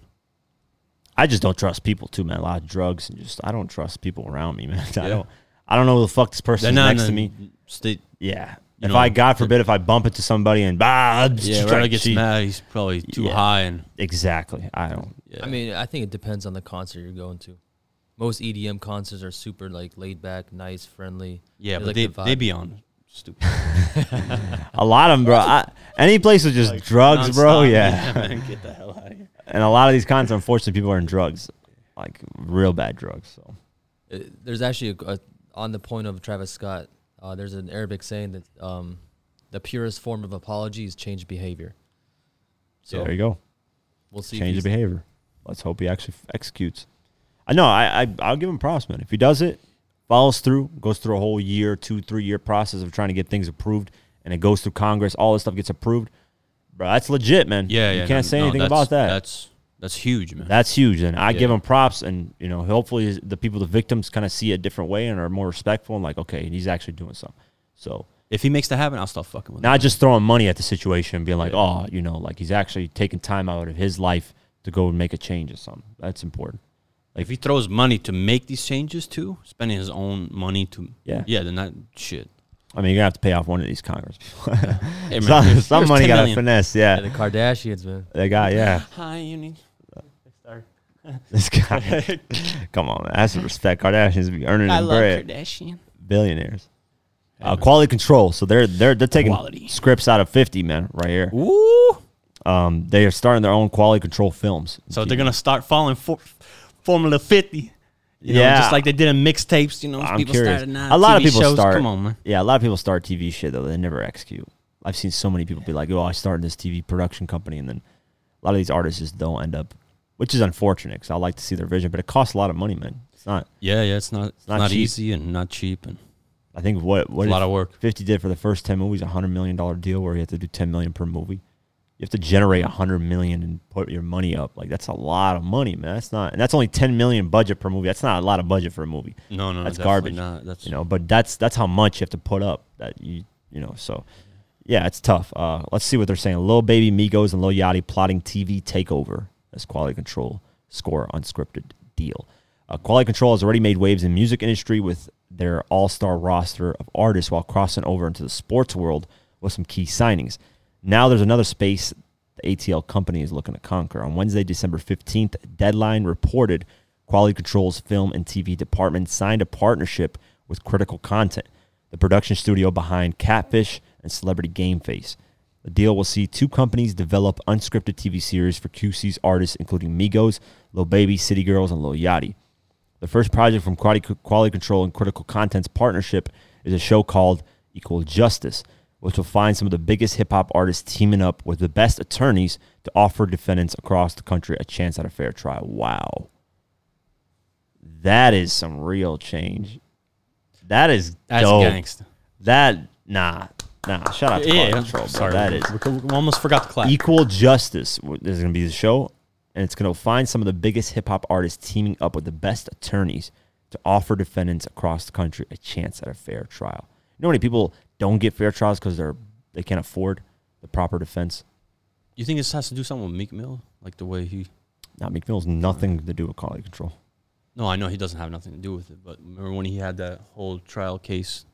[SPEAKER 1] I just don't trust people, too, man. A lot of drugs and just, I don't trust people around me, man. I
[SPEAKER 2] Yeah.
[SPEAKER 1] don't, I don't know who the fuck this person
[SPEAKER 2] They're
[SPEAKER 1] is
[SPEAKER 2] not
[SPEAKER 1] next
[SPEAKER 2] in
[SPEAKER 1] to
[SPEAKER 2] a
[SPEAKER 1] me.
[SPEAKER 2] State,
[SPEAKER 1] Yeah.
[SPEAKER 2] You
[SPEAKER 1] if
[SPEAKER 2] know,
[SPEAKER 1] I, God
[SPEAKER 2] the-
[SPEAKER 1] forbid, if I bump into somebody and, bah,
[SPEAKER 2] yeah, right. gets mad. He's probably too
[SPEAKER 1] Yeah.
[SPEAKER 2] high, and
[SPEAKER 1] Exactly. I don't,
[SPEAKER 2] yeah.
[SPEAKER 3] I mean, I think it depends on the concert you're going to. Most EDM concerts are super like laid back, nice, friendly.
[SPEAKER 2] yeah, but
[SPEAKER 3] like
[SPEAKER 2] they
[SPEAKER 3] the vibe.
[SPEAKER 2] they be on stupid
[SPEAKER 1] A lot of them, bro. I, any place with just drugs, bro.
[SPEAKER 2] nonstop.
[SPEAKER 1] Yeah.
[SPEAKER 2] man, get the hell out of here.
[SPEAKER 1] and a lot of these cons, unfortunately, people are in drugs, like real bad drugs. So
[SPEAKER 3] Uh, there's actually a, a, on the point of Travis Scott. Uh, there's an Arabic saying that um, the purest form of apology is change behavior. So
[SPEAKER 1] there you go.
[SPEAKER 3] we'll see. if
[SPEAKER 1] Change
[SPEAKER 3] he's-
[SPEAKER 1] of behavior. Let's hope he actually f- executes. I know. I, I I'll give him props, man. If he does it, follows through, goes through a whole year, two, three year process of trying to get things approved, and it goes through Congress, all this stuff gets approved, bro. That's legit, man.
[SPEAKER 2] Yeah,
[SPEAKER 1] you
[SPEAKER 2] yeah,
[SPEAKER 1] can't
[SPEAKER 2] no,
[SPEAKER 1] say
[SPEAKER 2] no,
[SPEAKER 1] anything
[SPEAKER 2] that's-
[SPEAKER 1] about that.
[SPEAKER 2] That's that's huge, man.
[SPEAKER 1] That's huge, and I give
[SPEAKER 2] Yeah.
[SPEAKER 1] him props. And you know, hopefully, his- the people, the victims, kind of see it a different way and are more respectful and like, okay, he's actually doing something. So
[SPEAKER 2] if he makes that happen, I'll stop fucking with him.
[SPEAKER 1] not just throwing money at the situation and being like,
[SPEAKER 2] Yeah.
[SPEAKER 1] oh, you know, like he's actually taking time out of his life to go and make a change or something. That's important.
[SPEAKER 2] If he throws money to make these changes too, spending his own money to
[SPEAKER 1] Yeah.
[SPEAKER 2] yeah, then that shit.
[SPEAKER 1] I mean, you're gonna have to pay off one of these Congress. people.
[SPEAKER 2] Hey, man,
[SPEAKER 1] some,
[SPEAKER 2] here's-
[SPEAKER 1] some
[SPEAKER 2] here's
[SPEAKER 1] money
[SPEAKER 2] 10
[SPEAKER 1] got to
[SPEAKER 2] million.
[SPEAKER 1] finesse.
[SPEAKER 3] Yeah,
[SPEAKER 1] Yeah,
[SPEAKER 3] the Kardashians, man.
[SPEAKER 1] that guy. Yeah,
[SPEAKER 2] Hi, you need.
[SPEAKER 1] this guy. Come on, man. That's some respect. Kardashians be earning their bread.
[SPEAKER 2] Kardashian.
[SPEAKER 1] Billionaires. Uh, quality control. So they're they're they're taking
[SPEAKER 2] Quality.
[SPEAKER 1] scripts out of fifty, man, right here.
[SPEAKER 2] Ooh.
[SPEAKER 1] Um, they are starting their own quality control films.
[SPEAKER 2] So they're gonna start following for, Formula 50. You know,
[SPEAKER 1] Yeah.
[SPEAKER 2] just like they did in mixtapes. You know,
[SPEAKER 1] I'm
[SPEAKER 2] people
[SPEAKER 1] curious.
[SPEAKER 2] started now.
[SPEAKER 1] a lot
[SPEAKER 2] TV
[SPEAKER 1] of people
[SPEAKER 2] shows.
[SPEAKER 1] start.
[SPEAKER 2] Come on, man.
[SPEAKER 1] Yeah, a lot of people start TV shit though. They never execute. I've seen so many people be like, "Oh, I started this TV production company," and then a lot of these artists just don't end up, which is unfortunate because I like to see their vision, but it costs a lot of money, man. It's not.
[SPEAKER 2] Yeah, yeah, it's not it's
[SPEAKER 1] not
[SPEAKER 2] not,
[SPEAKER 1] cheap.
[SPEAKER 2] easy and not cheap and
[SPEAKER 1] I think what what
[SPEAKER 2] a lot
[SPEAKER 1] if
[SPEAKER 2] of work.
[SPEAKER 1] Fifty did for the first ten movies, a hundred million dollar deal where you have to do ten million per movie. You have to generate a hundred million and put your money up. Like that's a lot of money, man. That's not, and that's only ten million budget per movie. That's not a lot of budget for a movie
[SPEAKER 2] No, no,
[SPEAKER 1] That's
[SPEAKER 2] definitely
[SPEAKER 1] garbage.
[SPEAKER 2] Not. That's
[SPEAKER 1] you know but that's that's how much you have to put up that you you know so yeah it's tough uh let's see what they're saying Lil baby migos and Lil yachty plotting tv takeover as quality control score unscripted deal uh, quality control has already made waves in music industry with their all-star roster of artists while crossing over into the sports world with some key signings now there's another space the ATL company is looking to conquer. On Wednesday, December 15th, Deadline reported Quality Control's film and TV department signed a partnership with Critical Content, the production studio behind Catfish and Celebrity Game Face. The deal will see two companies develop unscripted TV series for QC's artists, including Migos, Lil Baby, City Girls, and Lil Yachty. The first project from Quality, Quality Control and Critical Content's partnership is a show called Equal Justice, which will find some of the biggest hip hop artists teaming up with the best attorneys to offer defendants across the country a chance at a fair trial. Wow. That is some real change. That is
[SPEAKER 2] that's
[SPEAKER 1] dope.
[SPEAKER 2] gangsta.
[SPEAKER 1] That nah nah. Shout out to Quality Control, bro.
[SPEAKER 2] sorry,
[SPEAKER 1] That
[SPEAKER 2] we-
[SPEAKER 1] is
[SPEAKER 2] we, we almost forgot the clap.
[SPEAKER 1] Equal Justice is going to be the show, and it's going to find some of the biggest hip hop artists teaming up with the best attorneys to offer defendants across the country a chance at a fair trial. You know how many people don't get fair trials because they're they can't afford the proper defense.
[SPEAKER 2] you think this has to do something with Meek Mill, like the way he?
[SPEAKER 1] Not Meek Mill's nothing to do with quality control.
[SPEAKER 2] No, I know he doesn't have nothing to do with it, but remember when he had that whole trial case?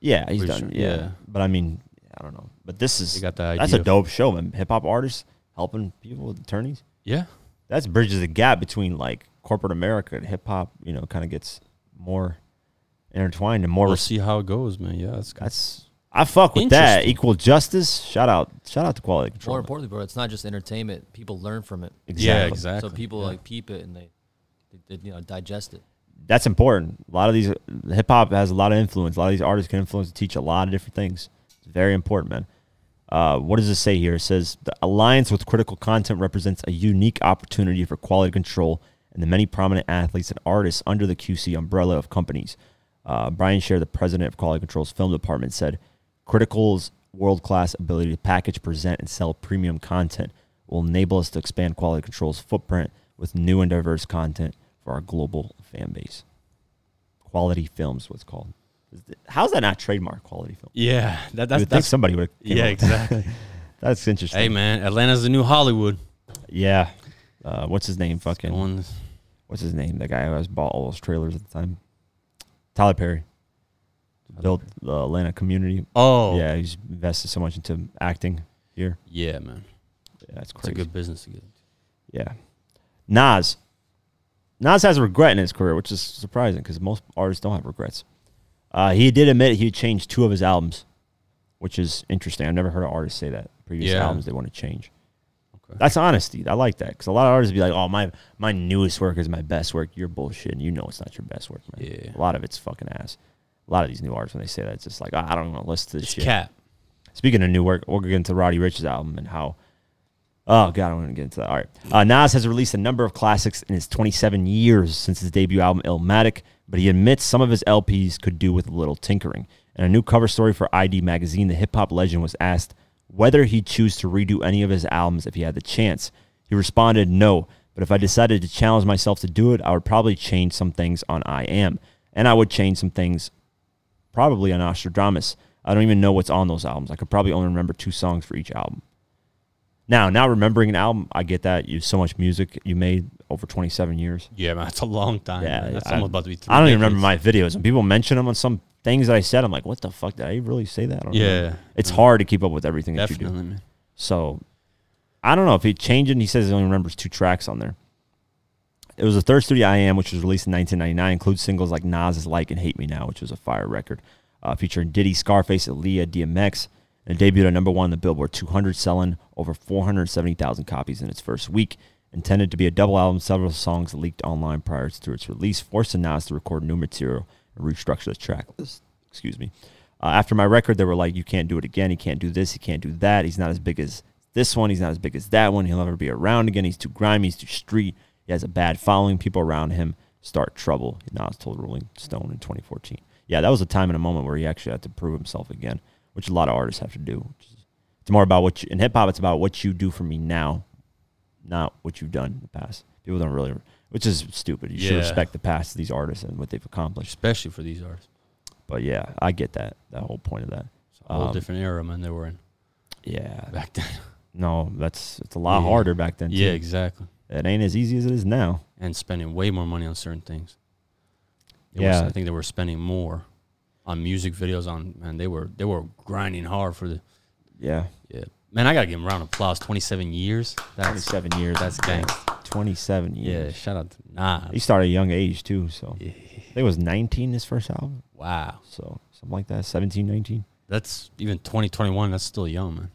[SPEAKER 1] Yeah, he's
[SPEAKER 2] Pretty
[SPEAKER 1] done.
[SPEAKER 2] sure,
[SPEAKER 1] yeah.
[SPEAKER 2] yeah.
[SPEAKER 1] but I mean, I don't know. But this
[SPEAKER 2] They
[SPEAKER 1] is
[SPEAKER 2] got the idea.
[SPEAKER 1] that's a
[SPEAKER 2] of-
[SPEAKER 1] dope show, man. Hip hop artists helping people with attorneys.
[SPEAKER 2] Yeah,
[SPEAKER 1] that's bridges the gap between like corporate America and hip hop. You know, kind of gets more intertwined and more.
[SPEAKER 2] we'll
[SPEAKER 1] res-
[SPEAKER 2] see how it goes, man. Yeah, that's good.
[SPEAKER 1] that's I fuck with that.
[SPEAKER 2] Interesting.
[SPEAKER 1] Equal justice. Shout out. Shout out to quality
[SPEAKER 3] More
[SPEAKER 1] control.
[SPEAKER 3] importantly, bro, it's not just entertainment. People learn from it.
[SPEAKER 2] yeah, exactly.
[SPEAKER 3] So people
[SPEAKER 2] Yeah.
[SPEAKER 3] like peep it and they, they, they you know digest it.
[SPEAKER 1] That's important. A lot of these hip hop has a lot of influence. A lot of these artists can influence and teach a lot of different things. It's very important, man. Uh, what does it say here? It says the alliance with critical content represents a unique opportunity for quality control and the many prominent athletes and artists under the QC umbrella of companies. Uh, Brian Sher, the president of Quality Control's film department, said Critical's world class ability to package, present, and sell premium content will enable us to expand Quality Control's footprint with new and diverse content for our global fan base. Quality Films, what's called. Is th- How's that not trademark quality film?
[SPEAKER 2] yeah, that,
[SPEAKER 1] You
[SPEAKER 2] that's
[SPEAKER 1] would think
[SPEAKER 2] that's
[SPEAKER 1] somebody would.
[SPEAKER 2] yeah, exactly.
[SPEAKER 1] That's interesting.
[SPEAKER 2] hey, man, Atlanta's the new Hollywood.
[SPEAKER 1] Yeah. Uh, what's his name? Fucking.
[SPEAKER 2] Going-
[SPEAKER 1] What's his name? The guy who has bought all those trailers at the time. Tyler Perry. Built the Atlanta community.
[SPEAKER 2] Oh, yeah,
[SPEAKER 1] Yeah, he's invested so much into acting here.
[SPEAKER 2] yeah, man.
[SPEAKER 1] Yeah, that's
[SPEAKER 2] It's a
[SPEAKER 1] crazy.
[SPEAKER 2] good business to get. into.
[SPEAKER 1] yeah. Nas. Nas has a regret in his career, which is surprising because most artists don't have regrets. Uh, he did admit he changed two of his albums, which is interesting. I've never heard an artist say that. Previous
[SPEAKER 2] Yeah.
[SPEAKER 1] albums they want to change.
[SPEAKER 2] Okay.
[SPEAKER 1] That's honesty. I like that because a lot of artists be like, "Oh, my my newest work is my best work." You're bullshit. You know it's not your best work, man.
[SPEAKER 2] Yeah.
[SPEAKER 1] A lot of it's fucking ass. A lot of these new artists when they say that, it's just like, "Ah, "I don't want to listen to this
[SPEAKER 2] It's
[SPEAKER 1] shit."
[SPEAKER 2] cap.
[SPEAKER 1] Speaking of new work, we're going to get into Roddy Rich's album and how. Oh God, I'm going to get into that. All right, uh, Nas has released a number of classics in his 27 years since his debut album Illmatic, but he admits some of his LPs could do with a little tinkering. In a new cover story for ID magazine, the hip hop legend was asked whether he'd choose to redo any of his albums if he had the chance. He responded, "No, but if I decided to challenge myself to do it, I would probably change some things on I Am, and I would change some things probably on Nostradamus. I don't even know what's on those albums. I could probably only remember two songs for each album. Now, now remembering an album, I get that. You so much music you made over 27 years.
[SPEAKER 2] Yeah, man, that's a long time.
[SPEAKER 1] Yeah,
[SPEAKER 2] Yeah, that's
[SPEAKER 1] I-
[SPEAKER 2] almost about to be. Three
[SPEAKER 1] I don't even remember
[SPEAKER 2] decades.
[SPEAKER 1] my videos. When people mention them on some things that I said, I'm like, what the fuck? Did I really say that? I don't
[SPEAKER 2] Yeah,
[SPEAKER 1] remember. It's hard to keep up with everything that you do.
[SPEAKER 2] Definitely, man.
[SPEAKER 1] So I don't know if he changed it. and He says he only remembers two tracks on there. It was the third studio I Am, which was released in 1999, includes singles like Nas is Like and Hate Me Now, which was a fire record, uh, featuring Diddy, Scarface, Aaliyah, DMX, and it debuted at number one on the Billboard 200, selling over 470,000 copies in its first week. Intended to be a double album, several songs leaked online prior to its release, forcing Nas to record new material and restructure the track list. Excuse me. Uh, after my record, they were like, "You can't do it again. He can't do this. He can't do that. He's not as big as this one. He's not as big as that one. He'll never be around again. He's too grimy. He's too street. He has a bad following. People around him start trouble. Nas told Rolling Stone in 2014. Yeah, that was a time and a moment where he actually had to prove himself again, which a lot of artists have to do. Which is- It's more about what you, in hip hop. It's about what you do for me now, not what you've done in the past. People don't really, which is stupid. You should
[SPEAKER 2] Yeah.
[SPEAKER 1] respect the past of these artists and what they've accomplished.
[SPEAKER 2] especially for these artists.
[SPEAKER 1] But yeah, I get that. That whole point of that.
[SPEAKER 2] It's a whole
[SPEAKER 1] Um,
[SPEAKER 2] different era, man. They were in
[SPEAKER 1] Yeah.
[SPEAKER 2] back then.
[SPEAKER 1] No, that's it's a lot
[SPEAKER 2] Yeah.
[SPEAKER 1] harder back then.
[SPEAKER 2] yeah,
[SPEAKER 1] Yeah.
[SPEAKER 2] exactly.
[SPEAKER 1] It ain't as easy as it is now.
[SPEAKER 2] And spending way more money on certain things. They were-
[SPEAKER 1] Yeah.
[SPEAKER 2] I think they were spending more on music videos. On man, they were they were grinding hard for the
[SPEAKER 1] Yeah.
[SPEAKER 2] yeah. Man, I gotta give him a round of applause. Twenty seven years. That's
[SPEAKER 1] 27 years.
[SPEAKER 2] that's
[SPEAKER 1] Yeah.
[SPEAKER 2] gang.
[SPEAKER 1] 27
[SPEAKER 2] Yeah,
[SPEAKER 1] years.
[SPEAKER 2] shout out to Nah.
[SPEAKER 1] He started at a young age too, so
[SPEAKER 2] Yeah.
[SPEAKER 1] I think it was 19 his first album,
[SPEAKER 2] Wow,
[SPEAKER 1] so something like that, 17, 19.
[SPEAKER 2] that's even twenty twenty one. That's still young, man.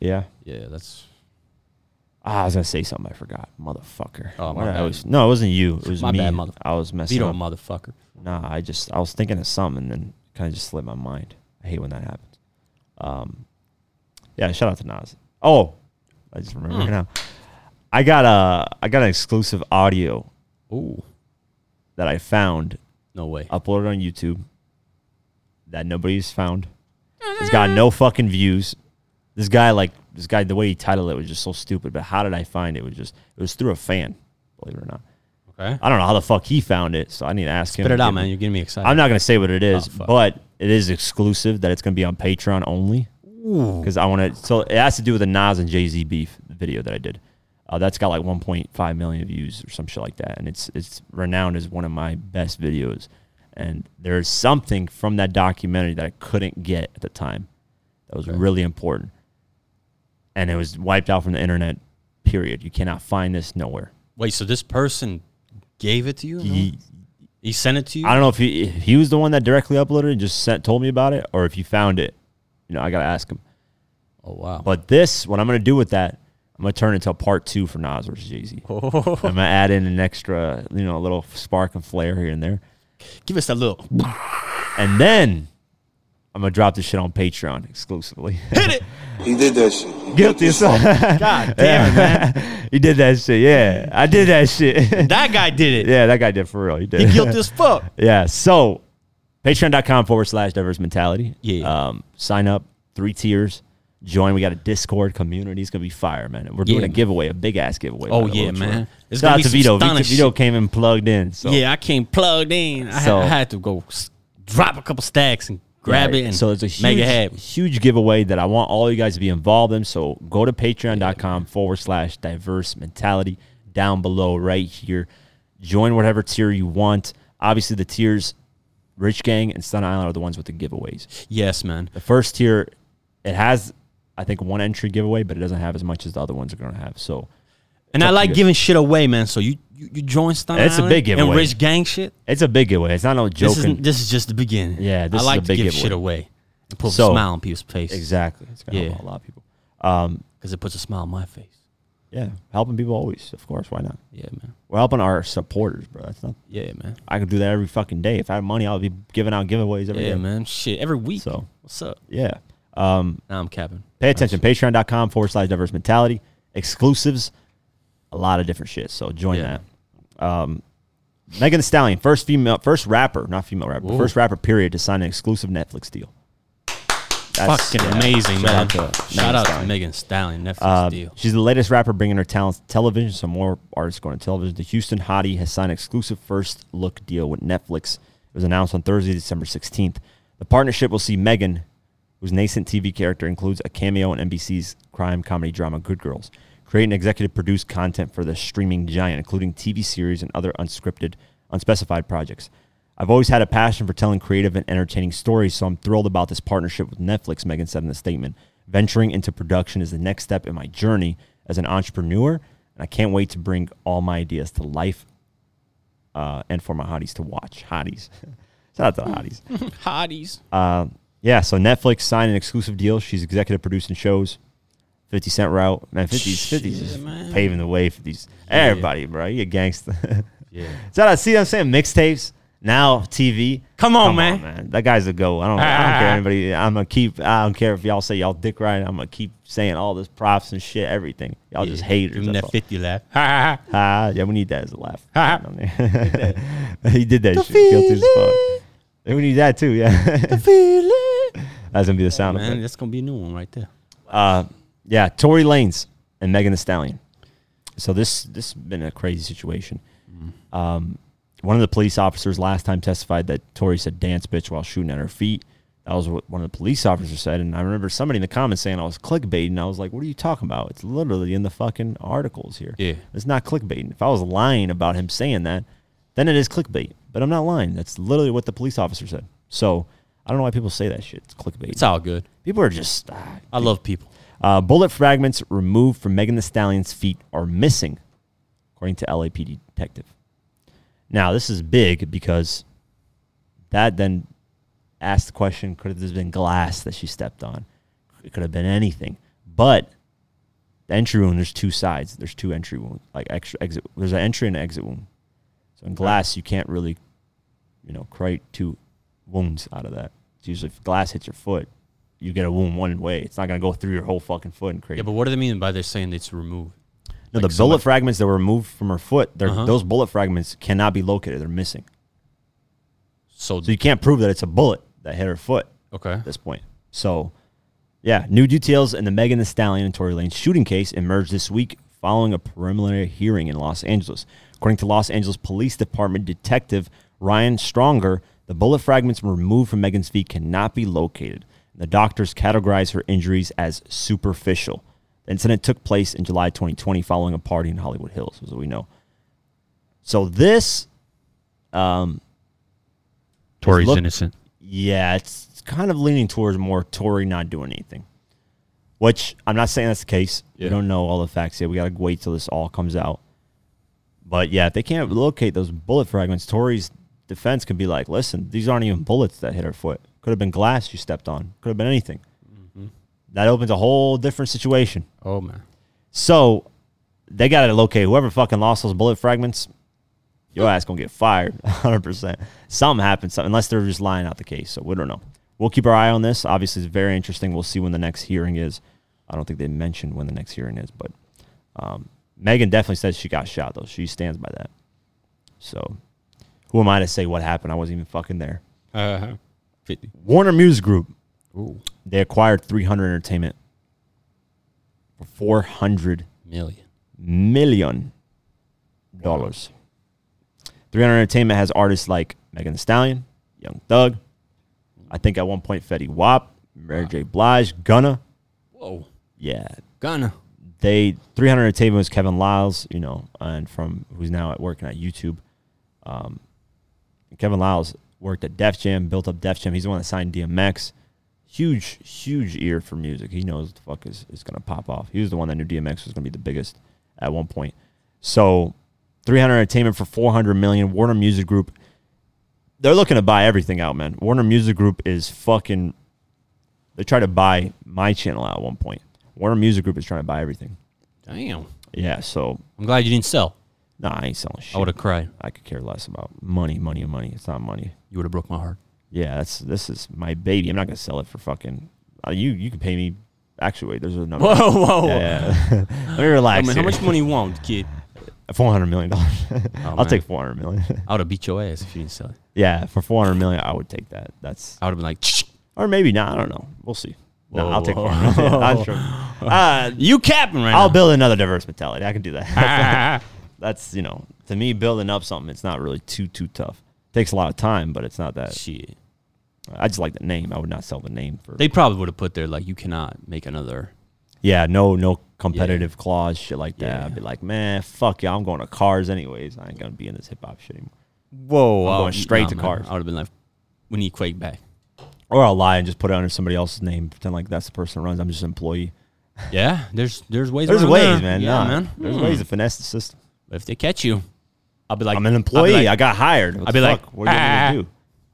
[SPEAKER 1] Yeah.
[SPEAKER 2] Yeah, that's
[SPEAKER 1] Ah, I was gonna say something I forgot, motherfucker.
[SPEAKER 2] Oh,
[SPEAKER 1] Why
[SPEAKER 2] my
[SPEAKER 1] did I
[SPEAKER 2] bad.
[SPEAKER 1] was- no, it wasn't you. It was
[SPEAKER 2] My
[SPEAKER 1] me.
[SPEAKER 2] bad, mother-
[SPEAKER 1] I was messing
[SPEAKER 2] Vito,
[SPEAKER 1] up.
[SPEAKER 2] motherfucker.
[SPEAKER 1] Nah, I just I was thinking of something and then kind of just slipped my mind. I hate when that happens. Um, yeah, shout out to Nas. Oh, I just remember
[SPEAKER 2] Hmm.
[SPEAKER 1] now. I got a I got an exclusive audio
[SPEAKER 2] Ooh,
[SPEAKER 1] that I found
[SPEAKER 2] no way.
[SPEAKER 1] uploaded on YouTube that nobody's found. It's got no fucking views. This guy, like this guy, the way he titled it was just so stupid. But how did I find it? it was just it was through a fan, believe it or not.
[SPEAKER 2] Okay,
[SPEAKER 1] I don't know how the fuck he found it, so I need to ask him.
[SPEAKER 2] spit it
[SPEAKER 1] to
[SPEAKER 2] out,
[SPEAKER 1] give me-
[SPEAKER 2] man. You're getting me excited.
[SPEAKER 1] I'm not gonna say what it is,
[SPEAKER 2] Oh, fuck.
[SPEAKER 1] but it is exclusive that it's gonna be on Patreon only. Because I want to. So it has to do with the Nas and Jay Z beef video that I did. Uh, that's got like 1.5 million views or some shit like that, and it's it's renowned as one of my best videos. And there's something from that documentary that I couldn't get at the time that was really important, and it was wiped out from the internet. Period. You cannot find this nowhere.
[SPEAKER 2] Wait, so this person gave it to you? no?
[SPEAKER 1] Ye-
[SPEAKER 2] He sent it to you?
[SPEAKER 1] I don't know if he if he was the one that directly uploaded it and just sent told me about it, or if you found it. You know, I gotta ask him.
[SPEAKER 2] oh wow.
[SPEAKER 1] But this, what I'm gonna do with that, I'm gonna turn into a part two for Nas versus Jay Z. I'm gonna add in an extra, you know, a little spark and flair here and there,
[SPEAKER 2] Give us that little
[SPEAKER 1] and then I'm gonna drop this shit on Patreon exclusively.
[SPEAKER 4] He did that shit.
[SPEAKER 1] Guilty as
[SPEAKER 2] God damn it, man.
[SPEAKER 1] he did that shit. Yeah, I did that shit.
[SPEAKER 2] That guy did it.
[SPEAKER 1] yeah, that guy did for real. He did.
[SPEAKER 2] He guilty as fuck.
[SPEAKER 1] Yeah. So patreon.com forward slash diverse mentality.
[SPEAKER 2] Yeah.
[SPEAKER 1] Um, sign up, three tiers. Join. We got a Discord community. It's gonna be fire, man. We're doing
[SPEAKER 2] Yeah,
[SPEAKER 1] a
[SPEAKER 2] man.
[SPEAKER 1] giveaway, a big ass giveaway.
[SPEAKER 2] Oh,
[SPEAKER 1] by the
[SPEAKER 2] yeah,
[SPEAKER 1] way, Troy.
[SPEAKER 2] man. It's
[SPEAKER 1] Shout
[SPEAKER 2] gonna
[SPEAKER 1] out
[SPEAKER 2] be
[SPEAKER 1] to
[SPEAKER 2] some
[SPEAKER 1] Vito.
[SPEAKER 2] stunning
[SPEAKER 1] Vito, Vito came and plugged in. So
[SPEAKER 2] Yeah, I came plugged in. I,
[SPEAKER 1] So-
[SPEAKER 2] had, I had to go s- drop a couple stacks and grab
[SPEAKER 1] Right.
[SPEAKER 2] it and
[SPEAKER 1] so it's a huge,
[SPEAKER 2] make it happen.
[SPEAKER 1] huge giveaway that I want all you guys to be involved in. So go to patreon.com forward slash diverse mentality down below right here. Join whatever tier you want. Obviously, the tiers, Rich Gang and Stun Island are the ones with the giveaways.
[SPEAKER 2] Yes, man.
[SPEAKER 1] The first tier, it has, I think, one entry giveaway, but it doesn't have as much as the other ones are going to have. So
[SPEAKER 2] And I
[SPEAKER 1] Fuck
[SPEAKER 2] like
[SPEAKER 1] you.
[SPEAKER 2] giving shit away, man. So you you, you join Stein
[SPEAKER 1] That's a
[SPEAKER 2] Island
[SPEAKER 1] big giveaway.
[SPEAKER 2] and Rich Gang shit.
[SPEAKER 1] it's a big giveaway. It's not no
[SPEAKER 2] This is
[SPEAKER 1] joking.
[SPEAKER 2] this is just the beginning.
[SPEAKER 1] Yeah, this
[SPEAKER 2] I
[SPEAKER 1] is
[SPEAKER 2] like
[SPEAKER 1] a big
[SPEAKER 2] to give
[SPEAKER 1] giveaway.
[SPEAKER 2] shit away and put
[SPEAKER 1] So-
[SPEAKER 2] a smile on people's face because
[SPEAKER 1] exactly. It's going to help
[SPEAKER 2] Yeah.
[SPEAKER 1] a lot of people. Um,
[SPEAKER 2] it puts a smile on my face.
[SPEAKER 1] yeah, helping people always, of course. Why not?
[SPEAKER 2] Yeah, man.
[SPEAKER 1] We're helping our supporters, bro. That's not.
[SPEAKER 2] Yeah, man.
[SPEAKER 1] I could do that every fucking day. If I had money, I'll be giving out giveaways every day.
[SPEAKER 2] Yeah, man. Shit, every week.
[SPEAKER 1] So
[SPEAKER 2] What's up?
[SPEAKER 1] yeah, um,
[SPEAKER 2] Now I'm capping.
[SPEAKER 1] pay attention. Patreon.com forward slash diverse mentality exclusives, a lot of different shit. So join
[SPEAKER 2] Yeah.
[SPEAKER 1] that. Um, Megan Thee Stallion, first female, first rapper, not female rapper, but
[SPEAKER 2] Ooh.
[SPEAKER 1] first rapper period to sign an exclusive Netflix deal. That's-
[SPEAKER 2] Fucking
[SPEAKER 1] yeah,
[SPEAKER 2] amazing,
[SPEAKER 1] shout
[SPEAKER 2] man.
[SPEAKER 1] out to Megan
[SPEAKER 2] Shout out to
[SPEAKER 1] Stallion.
[SPEAKER 2] Megan Stallion, Netflix
[SPEAKER 1] Um,
[SPEAKER 2] deal.
[SPEAKER 1] she's the latest rapper bringing her talents to television. Some more artists going to television. The Houston hottie has signed an exclusive first look deal with Netflix. It was announced on Thursday, December 16th. The partnership will see Megan, whose nascent TV character includes a cameo in NBC's crime comedy drama Good Girls, create and executive produce content for the streaming giant, including TV series and other unscripted, unspecified projects. I've always had a passion for telling creative and entertaining stories, so I'm thrilled about this partnership with Netflix, Megan said in a statement. Venturing into production is the next step in my journey as an entrepreneur, and I can't wait to bring all my ideas to life uh, and for my hotties to watch. Hotties. Shout out to the hotties.
[SPEAKER 2] Hotties.
[SPEAKER 1] Um, yeah, so Netflix signed an exclusive deal. She's executive producing shows. 50 Cent route. Man, 50's, 50's is
[SPEAKER 2] Shit, man.
[SPEAKER 1] paving the way for these. Everybody, bro. You a gangster.
[SPEAKER 2] Yeah.
[SPEAKER 1] So I see what I'm saying? Mixtapes, now TV.
[SPEAKER 2] Come on,
[SPEAKER 1] Come
[SPEAKER 2] man. Ah.
[SPEAKER 1] on, man. That guy's a go. I don't, I don't care anybody. I'm gonna keep. I don't care if y'all say y'all dick right. I'm gonna keep saying all this props and shit. Everything. Y'all just haters.
[SPEAKER 2] Give him
[SPEAKER 1] that's
[SPEAKER 2] that
[SPEAKER 1] all.
[SPEAKER 2] fifty laugh. Ha, ha, ha.
[SPEAKER 1] Ah, yeah, we need that as a laugh.
[SPEAKER 2] Ha.
[SPEAKER 1] Down there. he did that shit. Guilty as fuck. And we need that too. Yeah, that's gonna be the sound
[SPEAKER 2] man,
[SPEAKER 1] of it.
[SPEAKER 2] that's gonna be a new one right there.
[SPEAKER 1] Uh, yeah, Tory Lanez and Megan Thee Stallion. So this this has been a crazy situation. Um, one of the police officers last time testified that Tory said "dance bitch" while shooting at her feet. That was what one of the police officers said, and I remember somebody in the comments saying I was clickbaiting. I was like, "What are you talking about? It's literally in the fucking articles here.
[SPEAKER 2] Yeah.
[SPEAKER 1] it's not clickbaiting. If I was lying about him saying that, then it is clickbait. But I'm not lying. That's literally what the police officer said. So I don't know why people say that shit. It's clickbait.
[SPEAKER 2] It's all good.
[SPEAKER 1] people are just ah,
[SPEAKER 2] I love people.
[SPEAKER 1] uh, bullet fragments removed from Megan the Stallion's feet are missing, according to LAPD detective. Now, this is big because that then asked the question could have this been glass that she stepped on? It could have been anything. But the entry wound, there's two sides. There's two entry wounds, like extra exit. There's an entry and an exit wound. So in glass, you can't really, you know, create two wounds out of that. It's usually if glass hits your foot, you get a wound one way. It's not gonna go through your whole fucking foot and create.
[SPEAKER 2] Yeah, but what do they mean by they're saying it's removed?
[SPEAKER 1] no,
[SPEAKER 2] like
[SPEAKER 1] the
[SPEAKER 2] somebody-
[SPEAKER 1] bullet fragments that were removed from her foot, they're
[SPEAKER 2] Uh-huh.
[SPEAKER 1] those bullet fragments cannot be located. They're missing,
[SPEAKER 2] So,
[SPEAKER 1] so you can't prove that it's a bullet that hit her foot
[SPEAKER 2] okay,
[SPEAKER 1] at this point. So, yeah, new details in the Megan Thee Stallion and Tory Lane shooting case emerged this week following a preliminary hearing in Los Angeles. According to Los Angeles Police Department Detective Ryan Stronger, the bullet fragments removed from Megan's feet cannot be located. The doctors categorize her injuries as superficial. The incident took place in July 2020 following a party in Hollywood Hills, as we know. So this
[SPEAKER 2] Tori's
[SPEAKER 1] look-
[SPEAKER 2] innocent.
[SPEAKER 1] yeah, it's, it's kind of leaning towards more Tory not doing anything. Which I'm not saying that's the case.
[SPEAKER 2] Yeah.
[SPEAKER 1] We don't know all the facts yet. We gotta wait till this all comes out. But yeah, if they can't locate those bullet fragments, Tory's defense could be like, "Listen, these aren't even bullets that hit her foot. Could have been glass you stepped on. Could have been anything." That opens a whole different situation.
[SPEAKER 2] Oh man,
[SPEAKER 1] So they got to locate whoever fucking lost those bullet fragments. Your ass gonna get fired, hundred percent. Something happened, something, unless they're just lying out the case. So we don't know. We'll keep our eye on this. Obviously, it's very interesting. We'll see when the next hearing is. I don't think they mentioned when the next hearing is, but um, Megan definitely says she got shot though. She stands by that. So who am I to say what happened? I wasn't even fucking there.
[SPEAKER 2] uh-huh. fifty.
[SPEAKER 1] Warner Music Group.
[SPEAKER 2] Ooh.
[SPEAKER 1] They acquired 300 Entertainment for 400
[SPEAKER 2] million.
[SPEAKER 1] million dollars. 300 Entertainment has artists like Megan Thee Stallion, Young Thug. I think at one point Fetty Wap, Mary J. Blige, Gunna.
[SPEAKER 2] Whoa,
[SPEAKER 1] Yeah,
[SPEAKER 2] Ghana.
[SPEAKER 1] they 300 Entertainment was Kevin Lyles, you know, and from who's now at working at YouTube. Um, Kevin Lyles worked at Def Jam, built up Def Jam. He's the one that signed DMX. Huge, huge ear for music. He knows what the fuck is, is gonna pop off. He was the one that knew DMX was gonna be the biggest at one point. So, 300 Entertainment for 400 million. Warner Music Group. They're looking to buy everything out, man. Warner Music Group is fucking. They tried to buy my channel out at one point. Warner Music Group is trying to buy everything.
[SPEAKER 2] Damn.
[SPEAKER 1] Yeah, so
[SPEAKER 2] I'm glad you didn't sell.
[SPEAKER 1] nah, I ain't selling shit.
[SPEAKER 2] I would have cried.
[SPEAKER 1] I could care less about money, money, and money. It's not money.
[SPEAKER 2] You would have broke my heart.
[SPEAKER 1] Yeah, that's this is my baby. I'm not gonna sell it for fucking. Uh, you you can pay me. Actually, wait, there's another.
[SPEAKER 2] Whoa, whoa. whoa.
[SPEAKER 1] Yeah, yeah. Let me relax.
[SPEAKER 2] I mean, how
[SPEAKER 1] here.
[SPEAKER 2] much money you want, kid?
[SPEAKER 1] Four hundred million dollars. I'll
[SPEAKER 2] Oh, man.
[SPEAKER 1] take four hundred million.
[SPEAKER 2] I would have beat your ass if you didn't sell it.
[SPEAKER 1] yeah, for four hundred million, I would take that. That's
[SPEAKER 2] I would have been like,
[SPEAKER 1] or maybe not. I don't know. We'll see. No,
[SPEAKER 2] Whoa,
[SPEAKER 1] I'll take
[SPEAKER 2] whoa.
[SPEAKER 1] four hundred million. I'm sure. Uh,
[SPEAKER 2] you capping right
[SPEAKER 1] I'll
[SPEAKER 2] now.
[SPEAKER 1] build another diverse mentality. I can do that.
[SPEAKER 2] Ah.
[SPEAKER 1] that's you know to me building up something it's not really too too tough takes a lot of time but it's not that
[SPEAKER 2] Shit.
[SPEAKER 1] i just like the name i would not sell the name for
[SPEAKER 2] They probably would have put there like you cannot make another.
[SPEAKER 1] yeah no no competitive clause shit like that
[SPEAKER 2] Yeah.
[SPEAKER 1] i'd be like man fuck yeah i'm going to cars anyways i ain't gonna be in this hip-hop shit anymore
[SPEAKER 2] Whoa!
[SPEAKER 1] I'm going straight to cars.
[SPEAKER 2] I would have been like, we need Quake back.
[SPEAKER 1] or i'll lie and just put it under somebody else's name pretend like that's the person who runs i'm just an employee
[SPEAKER 2] Yeah, there's there's ways.
[SPEAKER 1] there's
[SPEAKER 2] around
[SPEAKER 1] ways
[SPEAKER 2] there.
[SPEAKER 1] man
[SPEAKER 2] Yeah,
[SPEAKER 1] nah,
[SPEAKER 2] man.
[SPEAKER 1] there's
[SPEAKER 2] Hmm.
[SPEAKER 1] ways to finesse the system
[SPEAKER 2] But if they catch you, I'll be like,
[SPEAKER 1] i'm an
[SPEAKER 2] I'll be like,
[SPEAKER 1] employee i got hired what
[SPEAKER 2] I'd
[SPEAKER 1] the
[SPEAKER 2] be like,
[SPEAKER 1] fuck? what are
[SPEAKER 2] "Ah."
[SPEAKER 1] you gonna do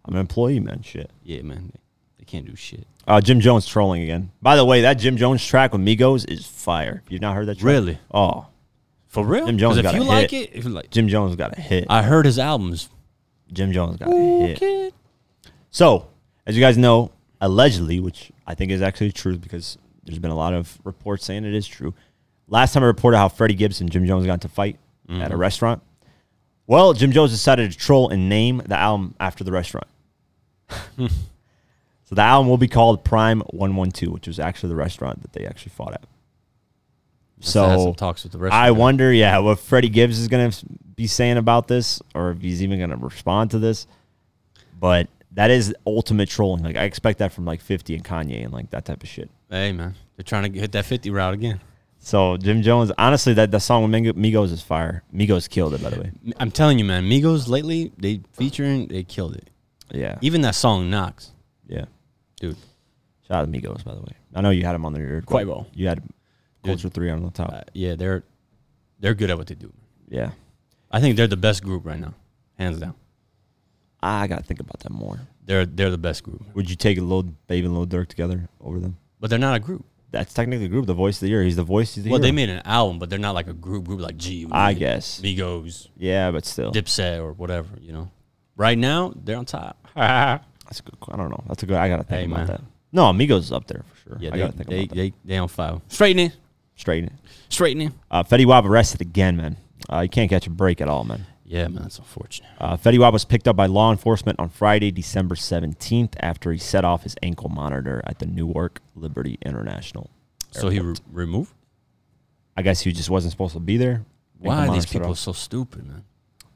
[SPEAKER 1] i'm an employee man shit
[SPEAKER 2] yeah, man. They, they can't do shit.
[SPEAKER 1] Uh, Jim Jones trolling again. By the way, that Jim Jones track with Migos is fire. You've not heard that track?
[SPEAKER 2] Really?
[SPEAKER 1] Oh,
[SPEAKER 2] For real?
[SPEAKER 1] Jim Jones
[SPEAKER 2] if
[SPEAKER 1] got a
[SPEAKER 2] you like
[SPEAKER 1] hit.
[SPEAKER 2] it, if you like,
[SPEAKER 1] Jim Jones got a hit.
[SPEAKER 2] I heard his albums.
[SPEAKER 1] Jim Jones got a hit.
[SPEAKER 2] Okay.
[SPEAKER 1] So, as you guys know, allegedly, which I think is actually true because there's been a lot of reports saying it is true. Last time I reported how Freddie Gibbs and Jim Jones got into a fight at a restaurant. Well, Jim Jones decided to troll and name the album after the restaurant. so the album will be called Prime 112, which was actually the restaurant that they actually fought at.
[SPEAKER 2] to have
[SPEAKER 1] So
[SPEAKER 2] some talks with the rest.
[SPEAKER 1] I
[SPEAKER 2] of them.
[SPEAKER 1] wonder, yeah, what Freddie Gibbs is going to be saying about this, or if he's even going to respond to this. But that is ultimate trolling. Like I expect that from like Fifty and Kanye and like that type of shit.
[SPEAKER 2] Hey man, they're trying to hit that fifty route again.
[SPEAKER 1] So Jim Jones, honestly, that that song with Mingo- Migos is fire. Migos killed it, by the way.
[SPEAKER 2] M- I'm telling you, man, Migos lately they featuring they killed it.
[SPEAKER 1] Yeah,
[SPEAKER 2] Even that song Knox,
[SPEAKER 1] yeah.
[SPEAKER 2] dude.
[SPEAKER 1] Shout out to Migos, by the way. I know you had him on there.
[SPEAKER 2] Quavo.
[SPEAKER 1] You had Culture Three on the top.
[SPEAKER 2] Uh, yeah, they're they're good at what they do.
[SPEAKER 1] yeah,
[SPEAKER 2] I think they're the best group right now, hands down.
[SPEAKER 1] I gotta think about that more.
[SPEAKER 2] They're they're the best group,
[SPEAKER 1] Would you take a little Baby and Lil Durk together over them?
[SPEAKER 2] but they're not a group.
[SPEAKER 1] That's technically the group, the voice of the year. He's the voice of the
[SPEAKER 2] Well,
[SPEAKER 1] year.
[SPEAKER 2] they made an album, but they're not like a group group like G.
[SPEAKER 1] I guess.
[SPEAKER 2] Migos,
[SPEAKER 1] Yeah, but still.
[SPEAKER 2] Dipset, or whatever. You know, right now they're on top.
[SPEAKER 1] That's a good. I don't know. That's a good. I gotta think
[SPEAKER 2] Hey,
[SPEAKER 1] about
[SPEAKER 2] man.
[SPEAKER 1] that. No, Migos is up there for sure.
[SPEAKER 2] Yeah,
[SPEAKER 1] I
[SPEAKER 2] they
[SPEAKER 1] gotta think
[SPEAKER 2] they,
[SPEAKER 1] about that.
[SPEAKER 2] they they on fire. Straightening,
[SPEAKER 1] Straighten it.
[SPEAKER 2] straightening.
[SPEAKER 1] Uh, Fetty Wap arrested again, man. Uh, you can't catch a break at all, man.
[SPEAKER 2] Yeah, man, that's unfortunate.
[SPEAKER 1] Uh, Fetty Wap was picked up by law enforcement on Friday, December seventeenth, after he set off his ankle monitor at the Newark Liberty International.
[SPEAKER 2] So he re- removed.
[SPEAKER 1] I guess he just wasn't supposed to be there. Ankle
[SPEAKER 2] Why are these
[SPEAKER 1] monitor set
[SPEAKER 2] people
[SPEAKER 1] off.
[SPEAKER 2] so stupid, man?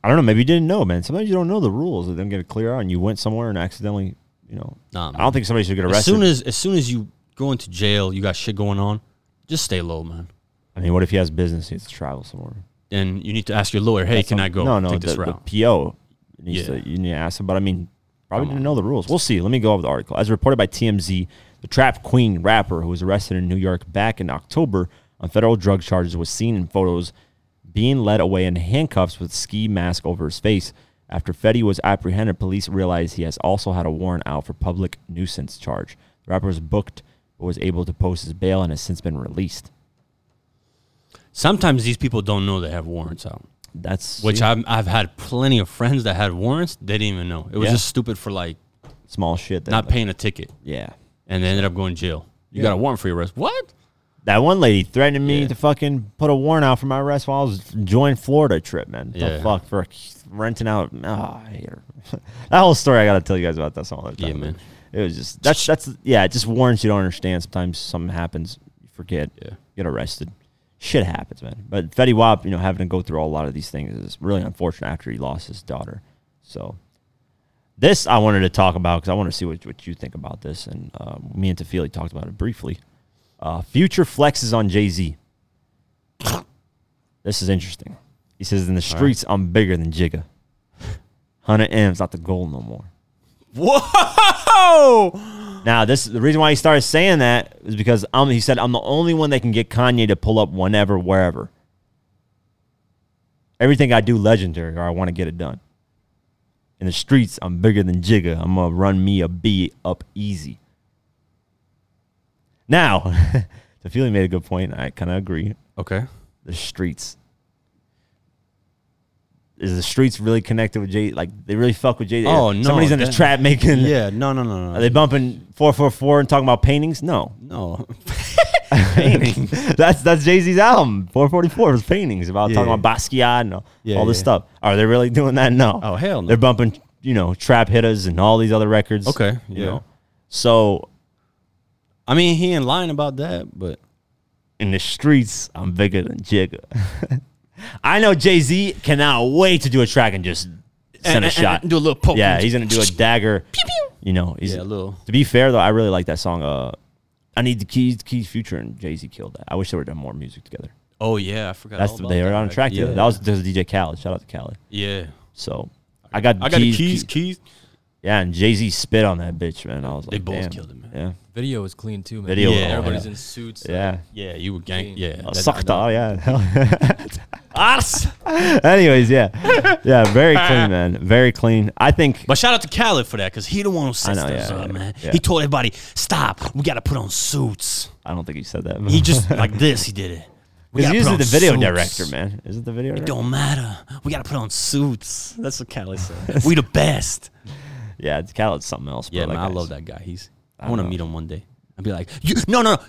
[SPEAKER 1] I don't know. Maybe you didn't know, man. Sometimes you don't know the rules. They don't get it clear out, and you went somewhere and accidentally, you know.
[SPEAKER 2] Nah, man.
[SPEAKER 1] I don't think somebody should get arrested.
[SPEAKER 2] As soon as as soon as you go into jail, you got shit going on. Just stay low, man.
[SPEAKER 1] I mean, what if he has business? He has to travel somewhere.
[SPEAKER 2] And you need to ask your lawyer, hey, can I go?
[SPEAKER 1] No, no,
[SPEAKER 2] take
[SPEAKER 1] the,
[SPEAKER 2] this
[SPEAKER 1] the
[SPEAKER 2] route.
[SPEAKER 1] PO needs
[SPEAKER 2] Yeah.
[SPEAKER 1] to you need to ask him. But I mean, probably
[SPEAKER 2] Come
[SPEAKER 1] didn't know the rules. We'll see. Let me go over the article. As reported by TMZ, the Trap Queen rapper who was arrested in New York back in October on federal drug charges was seen in photos being led away in handcuffs with ski mask over his face. After Fetty was apprehended, police realized he has also had a warrant out for public nuisance charge. The rapper was booked but was able to post his bail and has since been released.
[SPEAKER 2] Sometimes these people don't know they have warrants out.
[SPEAKER 1] That's
[SPEAKER 2] Which
[SPEAKER 1] see,
[SPEAKER 2] I've I've had plenty of friends that had warrants. They didn't even know. It was
[SPEAKER 1] Yeah.
[SPEAKER 2] just stupid for like
[SPEAKER 1] small shit. That,
[SPEAKER 2] not
[SPEAKER 1] like,
[SPEAKER 2] paying a ticket,
[SPEAKER 1] yeah.
[SPEAKER 2] and they ended up going to jail. You got a warrant for your arrest. What?
[SPEAKER 1] That one lady threatened me
[SPEAKER 2] Yeah.
[SPEAKER 1] to fucking put a warrant out for my arrest while I was enjoying Florida trip, man. What
[SPEAKER 2] Yeah.
[SPEAKER 1] The fuck for renting out. Oh, I hate her. that whole story I gotta tell you guys about that some other time.
[SPEAKER 2] Yeah, man.
[SPEAKER 1] It was just that's that's yeah. It just warrants you don't understand. Sometimes something happens, you forget,
[SPEAKER 2] Yeah.
[SPEAKER 1] get arrested. Shit happens, man. But Fetty Wap, you know, having to go through a lot of these things is really unfortunate after he lost his daughter. So this I wanted to talk about because I want to see what, what you think about this. And uh, me and Tefili talked about it briefly. Uh, future flexes on Jay Z. this is interesting. He says, In the streets, I'm bigger than Jigga. 100 M's not the goal no more.
[SPEAKER 2] Whoa!
[SPEAKER 1] Now, this the reason why he started saying that is because I'm, he said I'm the only one that can get Kanye to pull up whenever, wherever. Everything I do legendary, or I want to get it done. In the streets, I'm bigger than Jigga. I'm gonna run me a B up easy. Now, Tefili made a good point. and I kind of agree.
[SPEAKER 2] Okay.
[SPEAKER 1] The streets. Is the streets really connected with Jay? Like they really fuck with Jay?
[SPEAKER 2] Oh, no,
[SPEAKER 1] Somebody's in the
[SPEAKER 2] that-
[SPEAKER 1] trap making.
[SPEAKER 2] Yeah. No. No. No.
[SPEAKER 1] Are
[SPEAKER 2] No.
[SPEAKER 1] they bumping four four four and talking about paintings? No,
[SPEAKER 2] no.
[SPEAKER 1] that's that's Jay Z's album four forty four was paintings about talking
[SPEAKER 2] Yeah.
[SPEAKER 1] about Basquiat and all,
[SPEAKER 2] Yeah,
[SPEAKER 1] all this
[SPEAKER 2] yeah.
[SPEAKER 1] stuff. Are they really doing that? No.
[SPEAKER 2] Oh, hell no.
[SPEAKER 1] They're bumping you know trap hitters and all these other records.
[SPEAKER 2] Okay,
[SPEAKER 1] you
[SPEAKER 2] yeah.
[SPEAKER 1] know. So
[SPEAKER 2] I mean, he ain't lying about that, but
[SPEAKER 1] in the streets, I'm bigger than Jigga. I know Jay Z cannot wait to do a track and just send a shot.
[SPEAKER 2] do a little poke.
[SPEAKER 1] yeah, he's gonna do a dagger. You know, he's
[SPEAKER 2] Yeah, a little.
[SPEAKER 1] To be fair though, I really like that song. Uh, I need the keys, keys, future, and Jay Z killed that. I wish they would have done more music together.
[SPEAKER 2] Oh yeah, I forgot.
[SPEAKER 1] That's
[SPEAKER 2] all
[SPEAKER 1] the,
[SPEAKER 2] about
[SPEAKER 1] they
[SPEAKER 2] that.
[SPEAKER 1] were on a track
[SPEAKER 2] Yeah.
[SPEAKER 1] together. That was, that was DJ Khaled. Shout out to Khaled.
[SPEAKER 2] yeah.
[SPEAKER 1] So I got
[SPEAKER 2] I got the keys.
[SPEAKER 1] Key-
[SPEAKER 2] Keys.
[SPEAKER 1] yeah, and Jay Z spit on that bitch, man. I was like,
[SPEAKER 2] They both
[SPEAKER 1] damn.
[SPEAKER 2] killed it, man.
[SPEAKER 1] Yeah,
[SPEAKER 3] Video is clean too, man.
[SPEAKER 1] Video,
[SPEAKER 2] Yeah, oh,
[SPEAKER 3] everybody's
[SPEAKER 1] yeah.
[SPEAKER 3] in suits.
[SPEAKER 1] yeah.
[SPEAKER 2] Yeah, you were gang.
[SPEAKER 3] Dang.
[SPEAKER 2] Yeah,
[SPEAKER 1] Uh,
[SPEAKER 2] that- Ah,
[SPEAKER 1] sucked
[SPEAKER 2] that-
[SPEAKER 1] out, yeah. Anyways, yeah, yeah, very clean, man, very clean. I think
[SPEAKER 2] But shout out to Khaled for that because he the one who set
[SPEAKER 1] I know,
[SPEAKER 2] us
[SPEAKER 1] yeah,
[SPEAKER 2] up,
[SPEAKER 1] yeah,
[SPEAKER 2] man.
[SPEAKER 1] yeah.
[SPEAKER 2] He told everybody, "Stop, we got to put on suits."
[SPEAKER 1] I don't think he said that.
[SPEAKER 2] He just like this. He did it. We
[SPEAKER 1] he's
[SPEAKER 2] gotta put
[SPEAKER 1] usually
[SPEAKER 2] on
[SPEAKER 1] the video
[SPEAKER 2] suits.
[SPEAKER 1] director, man. Is it the video?
[SPEAKER 2] It
[SPEAKER 1] director?
[SPEAKER 2] don't matter. We got to put on suits. That's what Khaled said. we the best.
[SPEAKER 1] yeah, Khaled's something else. Bro.
[SPEAKER 2] Yeah, man, I
[SPEAKER 1] guy's-
[SPEAKER 2] love that guy. He's I
[SPEAKER 1] I
[SPEAKER 2] want to
[SPEAKER 1] know.
[SPEAKER 2] meet him one day. I'd be like, you, no, no, no,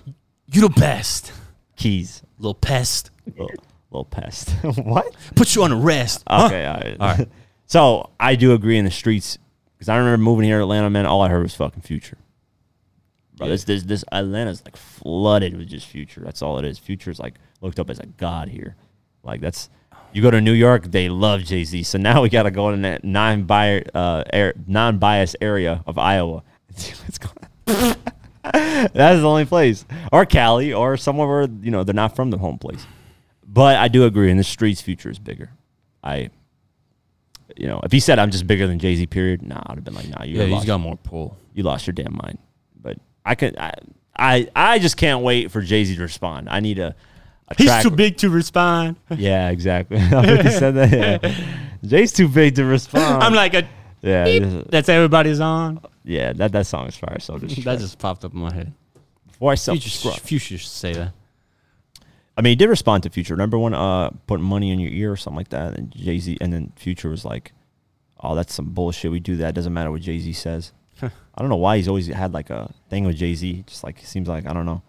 [SPEAKER 2] you the best,
[SPEAKER 1] Keys,
[SPEAKER 2] little pest.
[SPEAKER 1] little, little pest. what?
[SPEAKER 2] Put you on arrest.
[SPEAKER 1] Okay, all right. So I do agree in the streets because I remember moving here to Atlanta, man. All I heard was fucking future. Bro, this this this Atlanta's like flooded with just future. That's all it is. Future's like looked up as a god here. Like that's you go to New York, they love Jay Z. So now we got to go in that non bi uh, air, non biased area of Iowa. Let's go. That is the only place, or Cali, or somewhere where you know they're not from the home place. But I do agree, in the streets, future is bigger. I, you know, if he said I'm just bigger than Jay Z, period, nah, I'd have been like, nah, you
[SPEAKER 2] Yeah, he's
[SPEAKER 1] lost,
[SPEAKER 2] got more pull.
[SPEAKER 1] you lost your damn mind. But I could, I, I, I just can't wait for Jay Z to respond. I need a, a track-
[SPEAKER 2] big to respond.
[SPEAKER 1] Yeah, exactly. I already said that. Yeah. Jay's too big to respond.
[SPEAKER 2] like a.
[SPEAKER 1] yeah, this-
[SPEAKER 2] That's everybody's on.
[SPEAKER 1] yeah. That that song is fire. So just
[SPEAKER 2] That just popped up in my head.
[SPEAKER 1] before I self
[SPEAKER 2] Future,
[SPEAKER 1] describe.
[SPEAKER 2] future should say that.
[SPEAKER 1] I mean, he did respond to Future. Remember when uh putting money in your ear or something like that, and Jay Z, and then Future was like, "Oh, that's some bullshit. We do that. Doesn't matter what Jay Z says." I don't know why he's always had like a thing with Jay Z. Just like it seems like I don't know.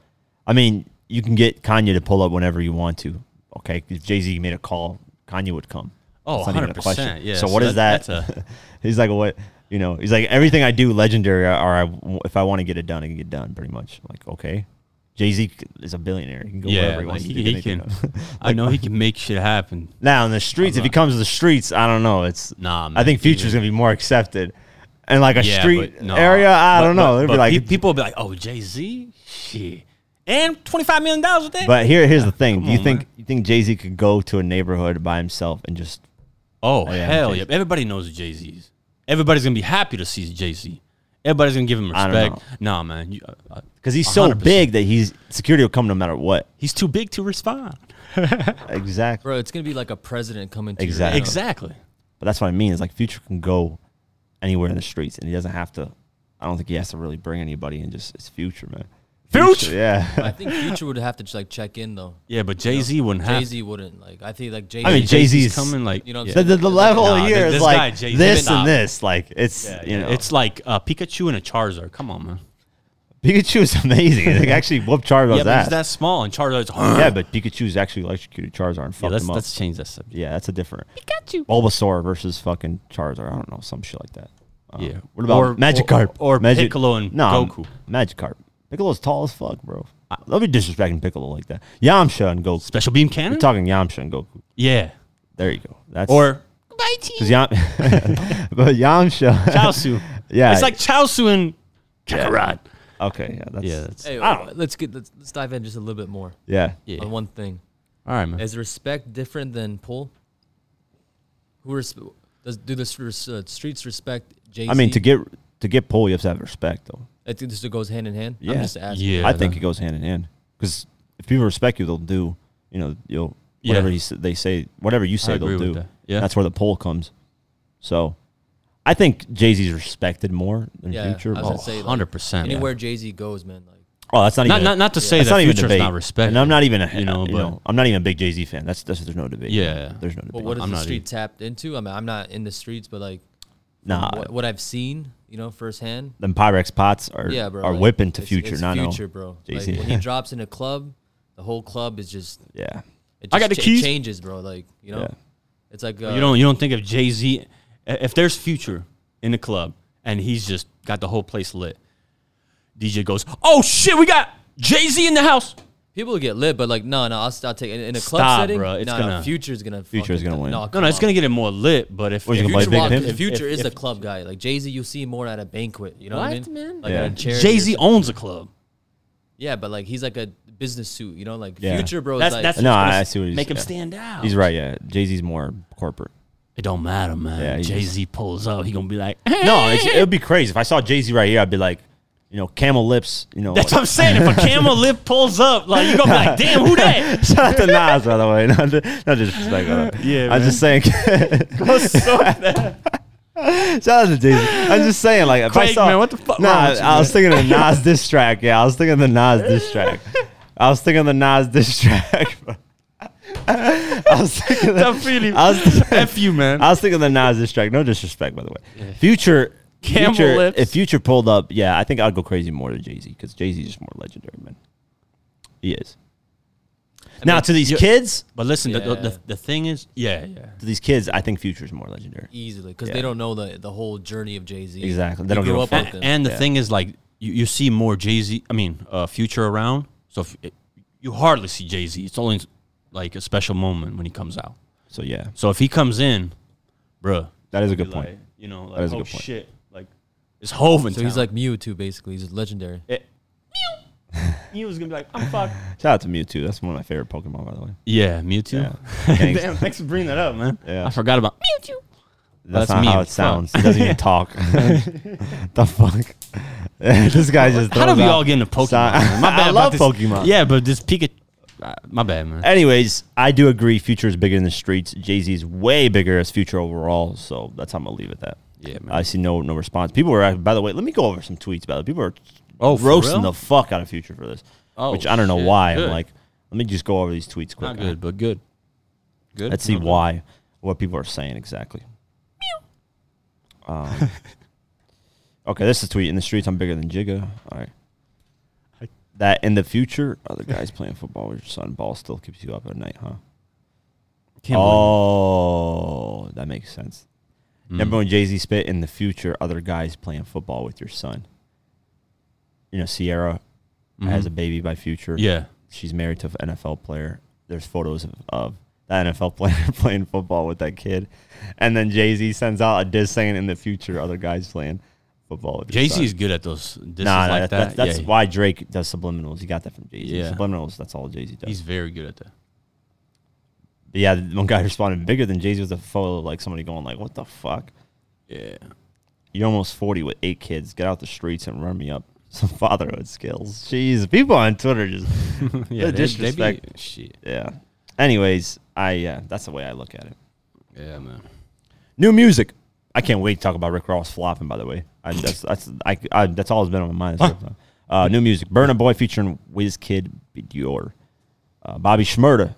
[SPEAKER 1] I mean, you can get Kanye to pull up whenever you want to. Okay, if Jay Z made a call, Kanye would come.
[SPEAKER 2] Oh,
[SPEAKER 1] It's not even a
[SPEAKER 2] 100%,
[SPEAKER 1] question.
[SPEAKER 2] yeah,
[SPEAKER 1] So
[SPEAKER 2] so
[SPEAKER 1] what is
[SPEAKER 2] that-
[SPEAKER 1] that?
[SPEAKER 2] that's
[SPEAKER 1] he's like, what? You know, he's like, everything I do legendary. Or I, if I want to get it done, I can get done. Pretty much. Like, okay, Jay Z is a billionaire. He can go
[SPEAKER 2] Yeah,
[SPEAKER 1] wherever he
[SPEAKER 2] like
[SPEAKER 1] wants. to do
[SPEAKER 2] he, he
[SPEAKER 1] anything.
[SPEAKER 2] can. I know he can make shit happen.
[SPEAKER 1] Now in the streets, if he comes to the streets, I don't know. It's
[SPEAKER 2] Nah, man,
[SPEAKER 1] I think future's gonna be more accepted, and like a
[SPEAKER 2] Yeah,
[SPEAKER 1] street
[SPEAKER 2] but no.
[SPEAKER 1] area, I
[SPEAKER 2] But-
[SPEAKER 1] don't know.
[SPEAKER 2] but-
[SPEAKER 1] It'd
[SPEAKER 2] but
[SPEAKER 1] be like,
[SPEAKER 2] pe- people will be like, "Oh, Jay Z, shit, and twenty five million dollars with that."
[SPEAKER 1] but here, here's the thing. Do you
[SPEAKER 2] on,
[SPEAKER 1] think
[SPEAKER 2] man.
[SPEAKER 1] you think Jay Z could go to a neighborhood by himself and just?
[SPEAKER 2] oh,
[SPEAKER 1] yeah,
[SPEAKER 2] hell yeah!
[SPEAKER 1] Jay-Z.
[SPEAKER 2] Everybody knows Jay Z's. Everybody's gonna be happy to see Jay Z. Everybody's gonna give him
[SPEAKER 1] I don't
[SPEAKER 2] respect. Nah, man, you, uh, uh,
[SPEAKER 1] Because he's so
[SPEAKER 2] 100%.
[SPEAKER 1] big that he's security will come no matter what.
[SPEAKER 2] he's too big to respond.
[SPEAKER 1] Exactly.
[SPEAKER 3] bro. It's gonna be like a president coming to
[SPEAKER 1] Exact-
[SPEAKER 3] your,
[SPEAKER 2] Exactly.
[SPEAKER 1] But that's what I mean. Is like future can go anywhere in the streets, and he doesn't have to. I don't think he has to really bring anybody in. Just it's future, man.
[SPEAKER 2] Future?
[SPEAKER 1] yeah.
[SPEAKER 3] I think Future would have to just like check in though.
[SPEAKER 2] Yeah, but Jay Z wouldn't have.
[SPEAKER 3] Jay Z wouldn't like. I think like Jay.
[SPEAKER 1] I mean, Jay
[SPEAKER 2] Jay-Z's
[SPEAKER 1] Z's
[SPEAKER 2] coming like
[SPEAKER 3] You know what I'm
[SPEAKER 2] yeah.
[SPEAKER 1] The, the, the level
[SPEAKER 2] Nah,
[SPEAKER 1] here
[SPEAKER 2] this-
[SPEAKER 1] is
[SPEAKER 2] this
[SPEAKER 1] like
[SPEAKER 2] guy, Jay-Z,
[SPEAKER 1] this
[SPEAKER 2] nah.
[SPEAKER 1] and this. Like it's you know
[SPEAKER 2] It's like uh, Pikachu and a Charizard. Come on, man.
[SPEAKER 1] Pikachu is amazing. They actually whooped Charizard's
[SPEAKER 2] Yeah, but he's
[SPEAKER 1] ass.
[SPEAKER 2] that small, and Charizard's.
[SPEAKER 1] yeah, but Pikachu's actually electrocuted Charizard and
[SPEAKER 2] yeah,
[SPEAKER 1] fucked
[SPEAKER 2] let's,
[SPEAKER 1] him up.
[SPEAKER 2] let's change that subject.
[SPEAKER 1] yeah, that's a different Pikachu. Bulbasaur versus fucking Charizard. I don't know, some shit like that. Uh,
[SPEAKER 2] Yeah.
[SPEAKER 1] What about
[SPEAKER 2] Or-
[SPEAKER 1] Magikarp
[SPEAKER 2] or- or Piccolo and Goku.
[SPEAKER 1] Magikarp. Piccolo's tall as fuck, bro. Don't be disrespecting Piccolo like that. Yamcha and Goku.
[SPEAKER 2] Special beam cannon.
[SPEAKER 1] We're talking Yamcha and Goku.
[SPEAKER 2] yeah,
[SPEAKER 1] There you go. That's
[SPEAKER 2] or
[SPEAKER 1] 'cause Yam- but Yamcha.
[SPEAKER 2] Chaosu.
[SPEAKER 1] Yeah.
[SPEAKER 2] It's like Chaosu and Kakarot.
[SPEAKER 1] okay, yeah, that's,
[SPEAKER 2] Yeah, that's,
[SPEAKER 3] Hey,
[SPEAKER 1] I don't-
[SPEAKER 3] let's get let's, let's dive in just a little bit more
[SPEAKER 1] yeah.
[SPEAKER 2] yeah.
[SPEAKER 3] on one thing.
[SPEAKER 2] All right, man.
[SPEAKER 3] Is respect different than pull? Who res- does do the s- uh, streets respect Jay Z?
[SPEAKER 1] I mean, to get to get pull, you have to have respect, though.
[SPEAKER 3] I think this goes hand in hand.
[SPEAKER 1] Yeah.
[SPEAKER 3] I'm just asking.
[SPEAKER 2] Yeah,
[SPEAKER 1] I think
[SPEAKER 2] no.
[SPEAKER 1] it goes hand in hand because if people respect you, they'll do. You know, you'll
[SPEAKER 2] Yeah.
[SPEAKER 1] whatever he s they say, whatever you say,
[SPEAKER 2] agree
[SPEAKER 1] they'll
[SPEAKER 2] with
[SPEAKER 1] do.
[SPEAKER 2] that. Yeah.
[SPEAKER 1] that's where the poll comes. So, I think Jay Z's respected more than
[SPEAKER 3] Yeah,
[SPEAKER 1] Future.
[SPEAKER 3] I was
[SPEAKER 1] Oh,
[SPEAKER 3] gonna say like,
[SPEAKER 2] 100%. yeah.
[SPEAKER 3] anywhere Jay Z goes, man. Like
[SPEAKER 1] oh, that's not,
[SPEAKER 2] Not,
[SPEAKER 1] even
[SPEAKER 2] not, not to say
[SPEAKER 1] that's
[SPEAKER 2] that
[SPEAKER 1] not even a
[SPEAKER 2] Future's
[SPEAKER 1] debate.
[SPEAKER 2] not respected.
[SPEAKER 1] And I'm not even a
[SPEAKER 2] you
[SPEAKER 1] you
[SPEAKER 2] know,
[SPEAKER 1] know,
[SPEAKER 2] but-
[SPEAKER 1] I'm not even a big Jay Z fan. That's that's there's no debate.
[SPEAKER 2] Yeah.
[SPEAKER 1] there's no debate.
[SPEAKER 3] Well, what is
[SPEAKER 2] I'm
[SPEAKER 3] the
[SPEAKER 2] not
[SPEAKER 3] street tapped into? I mean, I'm not in the streets, but like,
[SPEAKER 1] nah,
[SPEAKER 3] what, what I've seen, you know, firsthand.
[SPEAKER 1] them Pyrex pots are
[SPEAKER 3] Yeah, bro.
[SPEAKER 1] are
[SPEAKER 3] like,
[SPEAKER 1] whipping to
[SPEAKER 3] it's-
[SPEAKER 1] Future.
[SPEAKER 3] it's
[SPEAKER 1] not
[SPEAKER 3] future,
[SPEAKER 1] no.
[SPEAKER 3] bro. Like,
[SPEAKER 1] Jay-Z.
[SPEAKER 3] when he drops in a club, the whole club is just.
[SPEAKER 1] Yeah,
[SPEAKER 3] It just
[SPEAKER 2] I got the
[SPEAKER 3] cha-
[SPEAKER 2] keys.
[SPEAKER 3] Changes, bro. Like you know,
[SPEAKER 1] Yeah.
[SPEAKER 3] it's like uh,
[SPEAKER 2] You don't you don't think of Jay Z if there's Future in the club and he's just got the whole place lit. DJ goes, "Oh shit, we got Jay Z in the house."
[SPEAKER 3] People get lit, but like no, no, I'll, I'll take in, in a club
[SPEAKER 2] Stop,
[SPEAKER 3] setting.
[SPEAKER 2] bro. It's
[SPEAKER 3] no,
[SPEAKER 2] gonna-
[SPEAKER 3] no, Future's gonna
[SPEAKER 1] Future's
[SPEAKER 3] fucking-
[SPEAKER 1] gonna win.
[SPEAKER 3] No,
[SPEAKER 2] No, no, it's gonna get it more lit. But if,
[SPEAKER 1] Or he's
[SPEAKER 2] if
[SPEAKER 1] gonna play
[SPEAKER 2] Future
[SPEAKER 1] Big
[SPEAKER 2] walks-
[SPEAKER 1] Pimp?
[SPEAKER 2] if-
[SPEAKER 3] Future
[SPEAKER 2] if-
[SPEAKER 3] is
[SPEAKER 2] if
[SPEAKER 3] the club guy. Like Jay Z, you see more at a banquet. You know what, I
[SPEAKER 2] What,
[SPEAKER 3] mean?
[SPEAKER 2] man?
[SPEAKER 3] Like
[SPEAKER 1] Yeah.
[SPEAKER 3] at a charity or
[SPEAKER 2] Jay Z
[SPEAKER 3] something.
[SPEAKER 2] owns a club.
[SPEAKER 3] Yeah, but like he's like a business suit. You know, like
[SPEAKER 1] Yeah.
[SPEAKER 3] Future, bro.
[SPEAKER 2] That's
[SPEAKER 3] is like,
[SPEAKER 2] that's
[SPEAKER 1] No,
[SPEAKER 2] what's gonna
[SPEAKER 1] I see what he's-
[SPEAKER 2] make him
[SPEAKER 1] yeah.
[SPEAKER 2] stand out.
[SPEAKER 1] he's right. Yeah, Jay Z's more corporate.
[SPEAKER 2] It don't matter,
[SPEAKER 1] Yeah,
[SPEAKER 2] man.
[SPEAKER 1] he's-
[SPEAKER 2] Jay Z pulls up, he gonna be like,
[SPEAKER 1] No, it's, it would be crazy if I saw Jay Z right here. I'd be like, you know, camel lips. You know,
[SPEAKER 2] That's what I'm saying. If a camel lip pulls up, like you gonna be like, damn, who that?
[SPEAKER 1] shout out to Nas by the way. Not, not just like, uh,
[SPEAKER 2] Yeah,
[SPEAKER 1] I'm just saying. Shout out to Jay Z. I'm just saying, like, if I
[SPEAKER 2] Quake,
[SPEAKER 1] saw,
[SPEAKER 2] man, what the fuck wrong
[SPEAKER 1] Nah,
[SPEAKER 2] with you,
[SPEAKER 1] I was thinking of the Nas diss track. Yeah, I was thinking of the Nas diss track. I was thinking of the Nas diss track. I was thinking of
[SPEAKER 2] I'm feeling
[SPEAKER 1] I was,
[SPEAKER 2] F you, man.
[SPEAKER 1] I was thinking of the Nas diss track. No disrespect, by the way. Future
[SPEAKER 2] Camel
[SPEAKER 1] Future-
[SPEAKER 2] lips.
[SPEAKER 1] If Future pulled up, yeah, I think I'd go crazy more to Jay Z because Jay Z's just more legendary, man. He is. now to these
[SPEAKER 2] you-
[SPEAKER 1] kids,
[SPEAKER 2] but listen, the,
[SPEAKER 3] Yeah.
[SPEAKER 2] the, the thing is, yeah, yeah.
[SPEAKER 1] to these kids, I think Future's more legendary.
[SPEAKER 3] easily because
[SPEAKER 1] Yeah.
[SPEAKER 3] they don't know the the whole journey of Jay Z.
[SPEAKER 1] Exactly. They don't give
[SPEAKER 3] grew
[SPEAKER 1] a
[SPEAKER 3] up
[SPEAKER 1] fuck.
[SPEAKER 3] with
[SPEAKER 2] And,
[SPEAKER 3] him.
[SPEAKER 2] and the
[SPEAKER 1] Yeah.
[SPEAKER 2] thing is, like, you, you see more Jay Z. I mean, uh, Future around, so if, you hardly see Jay Z. It's only like a special moment when he comes out.
[SPEAKER 1] So yeah,
[SPEAKER 2] So if he comes in, bruh,
[SPEAKER 1] that is a
[SPEAKER 2] be
[SPEAKER 1] good point.
[SPEAKER 2] like, you know, like,
[SPEAKER 1] That is a
[SPEAKER 2] oh
[SPEAKER 1] good point.
[SPEAKER 2] shit, like it's Hovind.
[SPEAKER 3] so he's like Mewtwo basically. He's legendary.
[SPEAKER 2] he was gonna be like, I'm fucked.
[SPEAKER 1] Shout out to Mewtwo. That's one of my favorite Pokemon, by the way.
[SPEAKER 2] Yeah, Mewtwo.
[SPEAKER 1] Yeah. Thanks.
[SPEAKER 2] Damn, thanks for bringing that up, man.
[SPEAKER 1] Yeah.
[SPEAKER 2] I forgot about Mewtwo.
[SPEAKER 1] That's,
[SPEAKER 2] That's
[SPEAKER 1] not how
[SPEAKER 2] Mew.
[SPEAKER 1] it sounds. He doesn't even talk. the fuck? this guy just.
[SPEAKER 2] How
[SPEAKER 1] throws
[SPEAKER 2] do we
[SPEAKER 1] out-
[SPEAKER 2] all get into Pokemon? man?
[SPEAKER 1] Sound-
[SPEAKER 2] My bad
[SPEAKER 1] I
[SPEAKER 2] about
[SPEAKER 1] love
[SPEAKER 2] this-
[SPEAKER 1] Pokemon.
[SPEAKER 2] Yeah, but this Pikachu. Uh, my bad, man.
[SPEAKER 1] Anyways, I do agree. Future is bigger in the streets. Jay Z is way bigger as Future overall. So that's how I'm gonna leave it at.
[SPEAKER 2] Yeah, man.
[SPEAKER 1] I see no no response. People were. By the way, let me go over some tweets. By the way. people are
[SPEAKER 2] Oh, for
[SPEAKER 1] roasting the
[SPEAKER 2] real?
[SPEAKER 1] fuck out of Future for this,
[SPEAKER 2] Oh,
[SPEAKER 1] which I don't know
[SPEAKER 2] shit.
[SPEAKER 1] why.
[SPEAKER 2] Good.
[SPEAKER 1] I'm like, let me just go over these tweets quick.
[SPEAKER 2] Not good, but good. Good.
[SPEAKER 1] Let's see
[SPEAKER 2] Not good.
[SPEAKER 1] why what people are saying exactly. Um, okay, this is tweet in the streets. I'm bigger than Jigga. All right. That in the future, other guys playing football with your son, ball still keeps you up at night, huh?
[SPEAKER 2] Can't
[SPEAKER 1] oh, that makes sense.
[SPEAKER 2] Mm.
[SPEAKER 1] Remember when Jay Z spit in the future, other guys playing football with your son? You know, Sierra has a baby by future.
[SPEAKER 2] believe it. Mm-hmm. Yeah.
[SPEAKER 1] She's married to an NFL player. There's photos of, of that NFL player playing football with that kid. And then Jay Z sends out a diss saying in the future, other guys playing football with your
[SPEAKER 2] Jay
[SPEAKER 1] son."
[SPEAKER 2] Z is good at those. Disses
[SPEAKER 1] Nah, nah, that-
[SPEAKER 2] like
[SPEAKER 1] that's,
[SPEAKER 2] that.
[SPEAKER 1] that's
[SPEAKER 2] yeah,
[SPEAKER 1] why Drake does subliminals. He got that from Jay Z.
[SPEAKER 2] Yeah.
[SPEAKER 1] Subliminals, that's all Jay Z does.
[SPEAKER 2] He's very good at that.
[SPEAKER 1] But yeah, one guy responded bigger than Jay Z with a photo of like somebody going like, "What the fuck?
[SPEAKER 2] Yeah.
[SPEAKER 1] You're almost forty with eight kids. Get out the streets and run me up some fatherhood skills." Jeez, people on Twitter just
[SPEAKER 2] yeah.
[SPEAKER 1] the
[SPEAKER 2] they- they be-
[SPEAKER 1] disrespect.
[SPEAKER 2] shit.
[SPEAKER 1] yeah. Anyways, I uh, that's the way I look at it.
[SPEAKER 2] Yeah, man.
[SPEAKER 1] New music. I can't wait to talk about Rick Ross flopping. By the way, I, that's that's I, I, that's all that's been on my mind. This whole time. Uh, new music. Burna Boy featuring Wiz Kid Dior. Uh, Bobby Shmurda.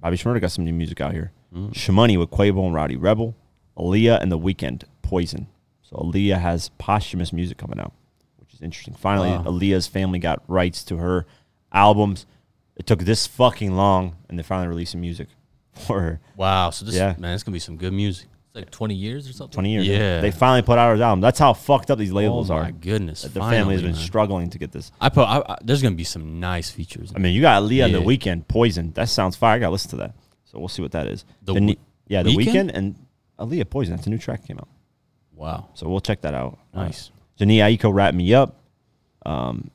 [SPEAKER 1] Bobby Shmurda got some new music out here. Shmoney with Quavo and Rowdy Rebel. Aaliyah and The Weekend. Poison. So Aaliyah has posthumous music coming out, which is interesting. Finally,
[SPEAKER 2] Wow.
[SPEAKER 1] Aaliyah's family got rights to her albums. It took this fucking long, and they finally released some music for her.
[SPEAKER 2] Wow. So this,
[SPEAKER 1] Yeah.
[SPEAKER 2] man, it's gonna be some good music.
[SPEAKER 3] It's like twenty years or something.
[SPEAKER 1] 20 years.
[SPEAKER 2] Yeah.
[SPEAKER 1] They finally put out her album. That's how fucked up these labels
[SPEAKER 2] oh
[SPEAKER 1] are.
[SPEAKER 2] my goodness.
[SPEAKER 1] The
[SPEAKER 2] finally,
[SPEAKER 1] family has been
[SPEAKER 2] man.
[SPEAKER 1] struggling to get this.
[SPEAKER 2] I put. I, I, there's gonna be some nice features.
[SPEAKER 1] I mean, you got Leah the
[SPEAKER 2] Yeah.
[SPEAKER 1] Weekend, Poison. That sounds fire. I got to listen to that. So we'll see what that is.
[SPEAKER 2] The
[SPEAKER 1] The ne-
[SPEAKER 2] Wee-
[SPEAKER 1] yeah, The
[SPEAKER 2] Weeknd?
[SPEAKER 1] Weekend and Aaliyah Poison. That's a new track came out.
[SPEAKER 2] wow.
[SPEAKER 1] So we'll check that out.
[SPEAKER 2] Nice.
[SPEAKER 1] Uh, Janae Aiko wrapped me up, um,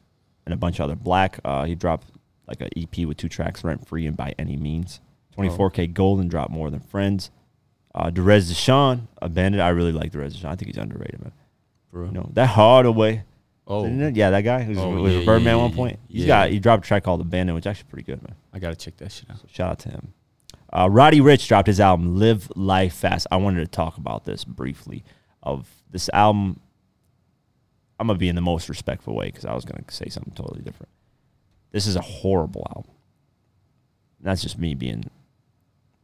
[SPEAKER 1] and a bunch of other black. Uh, he dropped like an EP with two tracks, rent free and by any means.
[SPEAKER 2] Oh.
[SPEAKER 1] 24K Golden dropped more than friends. Uh, Derez Deshawn, abandoned. I really like Derez Deshawn. I think he's underrated, man.
[SPEAKER 2] For real.
[SPEAKER 1] You know that Hardaway.
[SPEAKER 2] Oh,
[SPEAKER 1] Isn't it? Yeah, that guy who's
[SPEAKER 2] Oh,
[SPEAKER 1] was
[SPEAKER 2] yeah,
[SPEAKER 1] a
[SPEAKER 2] yeah,
[SPEAKER 1] Birdman
[SPEAKER 2] yeah,
[SPEAKER 1] at one
[SPEAKER 2] yeah,
[SPEAKER 1] point. He's
[SPEAKER 2] yeah.
[SPEAKER 1] got he dropped a track called Abandon, which is actually pretty good, man.
[SPEAKER 2] I gotta check that shit out.
[SPEAKER 1] So shout out to him. Uh, Roddy Rich dropped his album Live Life Fast. I wanted to talk about this briefly. Of this album, I'm gonna be in the most respectful way because I was gonna say something totally different. This is a horrible album. And that's just me being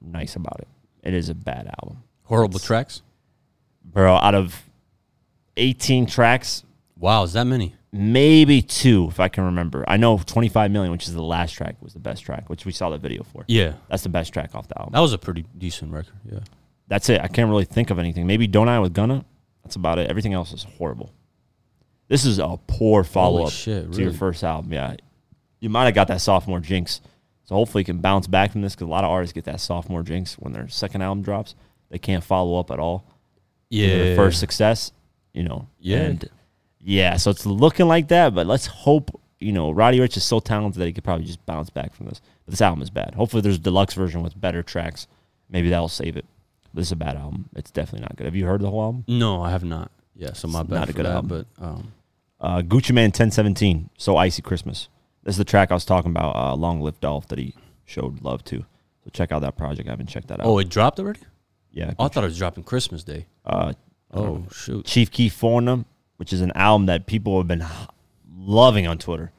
[SPEAKER 1] nice about it. It is a bad album,
[SPEAKER 2] Horrible tracks.
[SPEAKER 1] bro. Out of 18 tracks,
[SPEAKER 2] Wow, is that many?
[SPEAKER 1] maybe two, if I can remember. I know 25 million, which is the last track, was the best track, which we saw the video for.
[SPEAKER 2] Yeah,
[SPEAKER 1] That's the best track off the album.
[SPEAKER 2] that was a pretty decent record. Yeah,
[SPEAKER 1] That's it. I can't really think of anything. Maybe Don't I with Gunna. That's about it. Everything else is horrible. This is a poor follow up
[SPEAKER 2] shit,
[SPEAKER 1] to your
[SPEAKER 2] really?
[SPEAKER 1] first album. Yeah. You might have got that sophomore jinx. So hopefully you can bounce back from this because a lot of artists get that sophomore jinx when their second album drops. They can't follow up at all. to
[SPEAKER 2] yeah.
[SPEAKER 1] Their first success, you know.
[SPEAKER 2] Yeah.
[SPEAKER 1] And yeah, so it's looking like that, but let's hope, you know, Roddy Rich is so talented that he could probably just bounce back from this. But this album is bad. Hopefully there's a deluxe version with better tracks. Maybe that'll save it. But this is a bad album. It's definitely not good. Have you heard the whole album?
[SPEAKER 2] No, I have not. Yeah, so my
[SPEAKER 1] It's
[SPEAKER 2] bad.
[SPEAKER 1] not a
[SPEAKER 2] for
[SPEAKER 1] good
[SPEAKER 2] that,
[SPEAKER 1] album.
[SPEAKER 2] but um,
[SPEAKER 1] Uh, Gucci Man 1017, So Icy Christmas. This is the track I was talking about, uh, Long Live Dolph, that he showed love to. So check out that project. I haven't checked that out.
[SPEAKER 2] oh, it dropped already.
[SPEAKER 1] yeah.
[SPEAKER 2] Oh, I thought it was dropping Christmas Day.
[SPEAKER 1] Uh,
[SPEAKER 2] Oh shoot,
[SPEAKER 1] Chief Keef Fornum, which is an album that people have been h- loving on Twitter.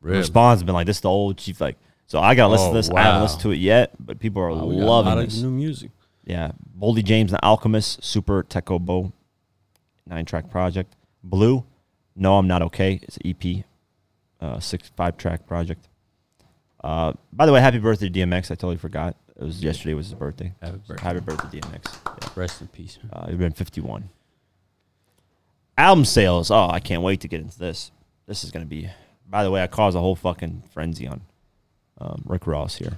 [SPEAKER 2] really?
[SPEAKER 1] response has been like, "This is the old chief." Like, so I gotta listen
[SPEAKER 2] Oh,
[SPEAKER 1] to this. I haven't
[SPEAKER 2] wow.
[SPEAKER 1] listened to it yet, but people are
[SPEAKER 2] Wow, we got a lot
[SPEAKER 1] loving
[SPEAKER 2] of
[SPEAKER 1] this.
[SPEAKER 2] new music.
[SPEAKER 1] yeah, Boldy James and Alchemist, Super Techo Bo, nine track project. Blue, no, I'm not okay. It's an EP, uh, six five track project. Uh, by the way, happy birthday to DMX. I totally forgot. It was yesterday was his birthday.
[SPEAKER 2] Happy
[SPEAKER 1] So
[SPEAKER 2] birthday.
[SPEAKER 1] Happy birthday, DMX.
[SPEAKER 2] Rest in peace.
[SPEAKER 1] Uh, he's been 51. Album sales. Oh, I can't wait to get into this. This is going to be. By the way, I caused a whole fucking frenzy on um, Rick Ross here.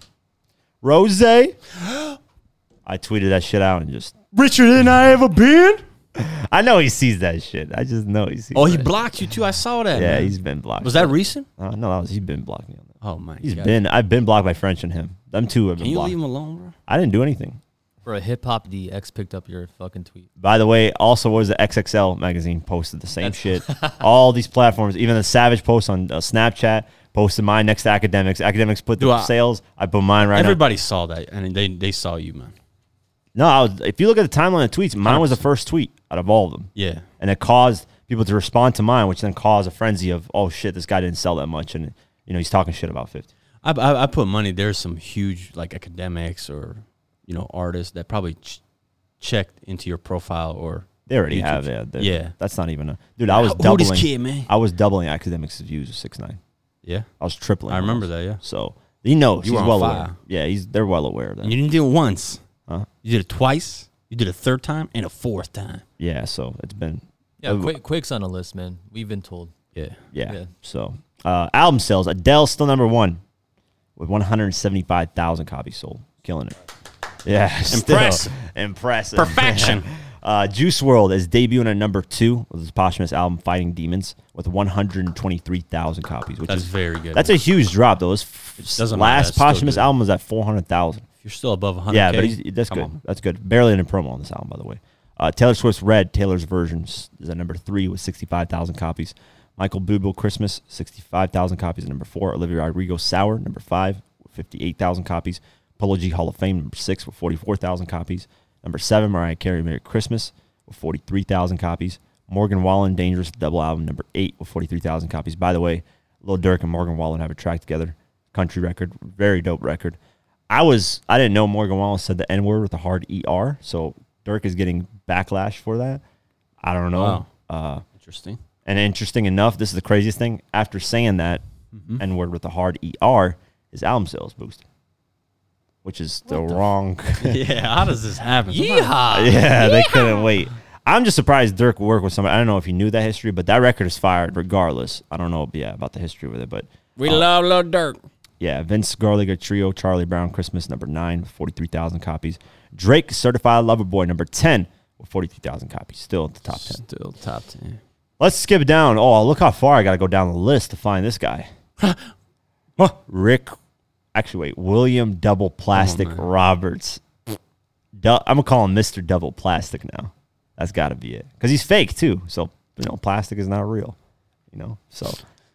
[SPEAKER 1] Rose. I tweeted that shit out and just.
[SPEAKER 2] Richer than I ever been.
[SPEAKER 1] I know he sees that shit. I just know he sees.
[SPEAKER 2] Oh, he
[SPEAKER 1] that.
[SPEAKER 2] blocked you too. I saw that.
[SPEAKER 1] Yeah,
[SPEAKER 2] man.
[SPEAKER 1] he's been blocked.
[SPEAKER 2] was that recent?
[SPEAKER 1] Uh, no, that was he's been blocked me on that.
[SPEAKER 2] Oh my
[SPEAKER 1] He's
[SPEAKER 2] god.
[SPEAKER 1] been. I've been blocked by French and him. Them two have
[SPEAKER 2] Can
[SPEAKER 1] been
[SPEAKER 2] you
[SPEAKER 1] blocked.
[SPEAKER 2] leave him alone, bro?
[SPEAKER 1] I didn't do anything.
[SPEAKER 3] For a hip hop D, X picked up your fucking tweet.
[SPEAKER 1] By the way, also what was the XXL magazine posted the same
[SPEAKER 3] That's-
[SPEAKER 1] shit. All these platforms, even the Savage post on uh, Snapchat posted mine next to Academics. Academics put
[SPEAKER 2] Do
[SPEAKER 1] the
[SPEAKER 2] I-
[SPEAKER 1] sales. I put mine right
[SPEAKER 2] Everybody saw that, and they they saw you, man.
[SPEAKER 1] now. No, I was, if you look at the timeline of tweets, mine was the first tweet out of all of them,
[SPEAKER 2] Yeah.
[SPEAKER 1] and it caused people to respond to mine, which then caused a frenzy of, oh shit, this guy didn't sell that much, and you know he's talking shit about fifty.
[SPEAKER 2] I, I, I put money. There's some huge like academics or you know artists that probably ch- checked into your profile or
[SPEAKER 1] They already
[SPEAKER 2] YouTube.
[SPEAKER 1] have it. Yeah,
[SPEAKER 2] Yeah.
[SPEAKER 1] that's not even a dude. I was
[SPEAKER 2] Who this
[SPEAKER 1] doubling.
[SPEAKER 2] kid, man?
[SPEAKER 1] I was doubling Academics' views of six nine.
[SPEAKER 2] Yeah,
[SPEAKER 1] I was tripling.
[SPEAKER 2] I remember
[SPEAKER 1] almost.
[SPEAKER 2] that. Yeah,
[SPEAKER 1] So he knows. he's
[SPEAKER 2] You were on
[SPEAKER 1] well
[SPEAKER 2] fire.
[SPEAKER 1] aware. Yeah, he's they're well aware of that.
[SPEAKER 2] you didn't do it once.
[SPEAKER 1] Huh?
[SPEAKER 2] You did it twice. You did it third time and a fourth time.
[SPEAKER 1] Yeah, so it's been
[SPEAKER 3] Yeah,
[SPEAKER 1] Uh,
[SPEAKER 3] Quick, Quick's on the list, man. We've been told.
[SPEAKER 2] Yeah,
[SPEAKER 1] yeah.
[SPEAKER 3] Yeah.
[SPEAKER 1] So uh, album sales, Adele still number one with one hundred seventy five thousand copies sold, killing it. Yeah, still.
[SPEAKER 2] Impressive.
[SPEAKER 1] impressive,
[SPEAKER 2] Perfection.
[SPEAKER 1] uh, Juice World is debuting at number two with his posthumous album Fighting Demons with one hundred twenty three thousand copies, which
[SPEAKER 2] that's
[SPEAKER 1] is
[SPEAKER 2] very good.
[SPEAKER 1] that's a huge drop though. His f-
[SPEAKER 2] doesn't matter,
[SPEAKER 1] last
[SPEAKER 2] that's still
[SPEAKER 1] posthumous
[SPEAKER 2] good.
[SPEAKER 1] album was at four hundred thousand.
[SPEAKER 2] if you're still above 100.
[SPEAKER 1] Yeah, but he's, that's good. That's good. Barely in a promo on this album, by the way. Uh, Taylor Swift's Red, Taylor's version, s- is at number three with 65,000 copies. Michael Bublé Christmas, 65,000 copies at number four. Olivia Rodrigo Sour, number five, with 58,000 copies. Polo G Hall of Fame, number six, with 44,000 copies. Number seven, Mariah Carey, Merry Christmas, with 43,000 copies. Morgan Wallen, Dangerous Double Album, number eight, with 43,000 copies. By the way, Lil Durk and Morgan Wallen have a track together. Country record, very dope record. I was I didn't know Morgan Wallen said the N word with a hard ER, so Dirk is getting backlash for that. I don't know. Uh,
[SPEAKER 2] Interesting.
[SPEAKER 1] and interesting enough, this is the craziest thing. After saying that N word with a hard ER, his album sales boosted, which is the wrong.
[SPEAKER 2] yeah, how does this happen?
[SPEAKER 3] Yeehaw!
[SPEAKER 1] yeah, they couldn't wait. I'm just surprised Dirk worked with somebody. I don't know if he knew that history, but that record is fired regardless. I don't know, yeah, about the history with it, but
[SPEAKER 2] We love Lil Durk.
[SPEAKER 1] yeah, Vince Garliga Trio, Charlie Brown Christmas, number nine, 43,000 copies. Drake Certified Lover Boy, number 10, with 43,000 copies. Still at the top 10.
[SPEAKER 2] Still top 10.
[SPEAKER 1] Let's skip down. Oh, look how far I got to go down the list to find this guy. Rick, actually, wait, William Double Plastic
[SPEAKER 2] man.
[SPEAKER 1] Roberts. Du- I'm going to call him Mr. Double Plastic now. That's got to be it. Because he's fake, too. So, you know, plastic is not real. You know, so.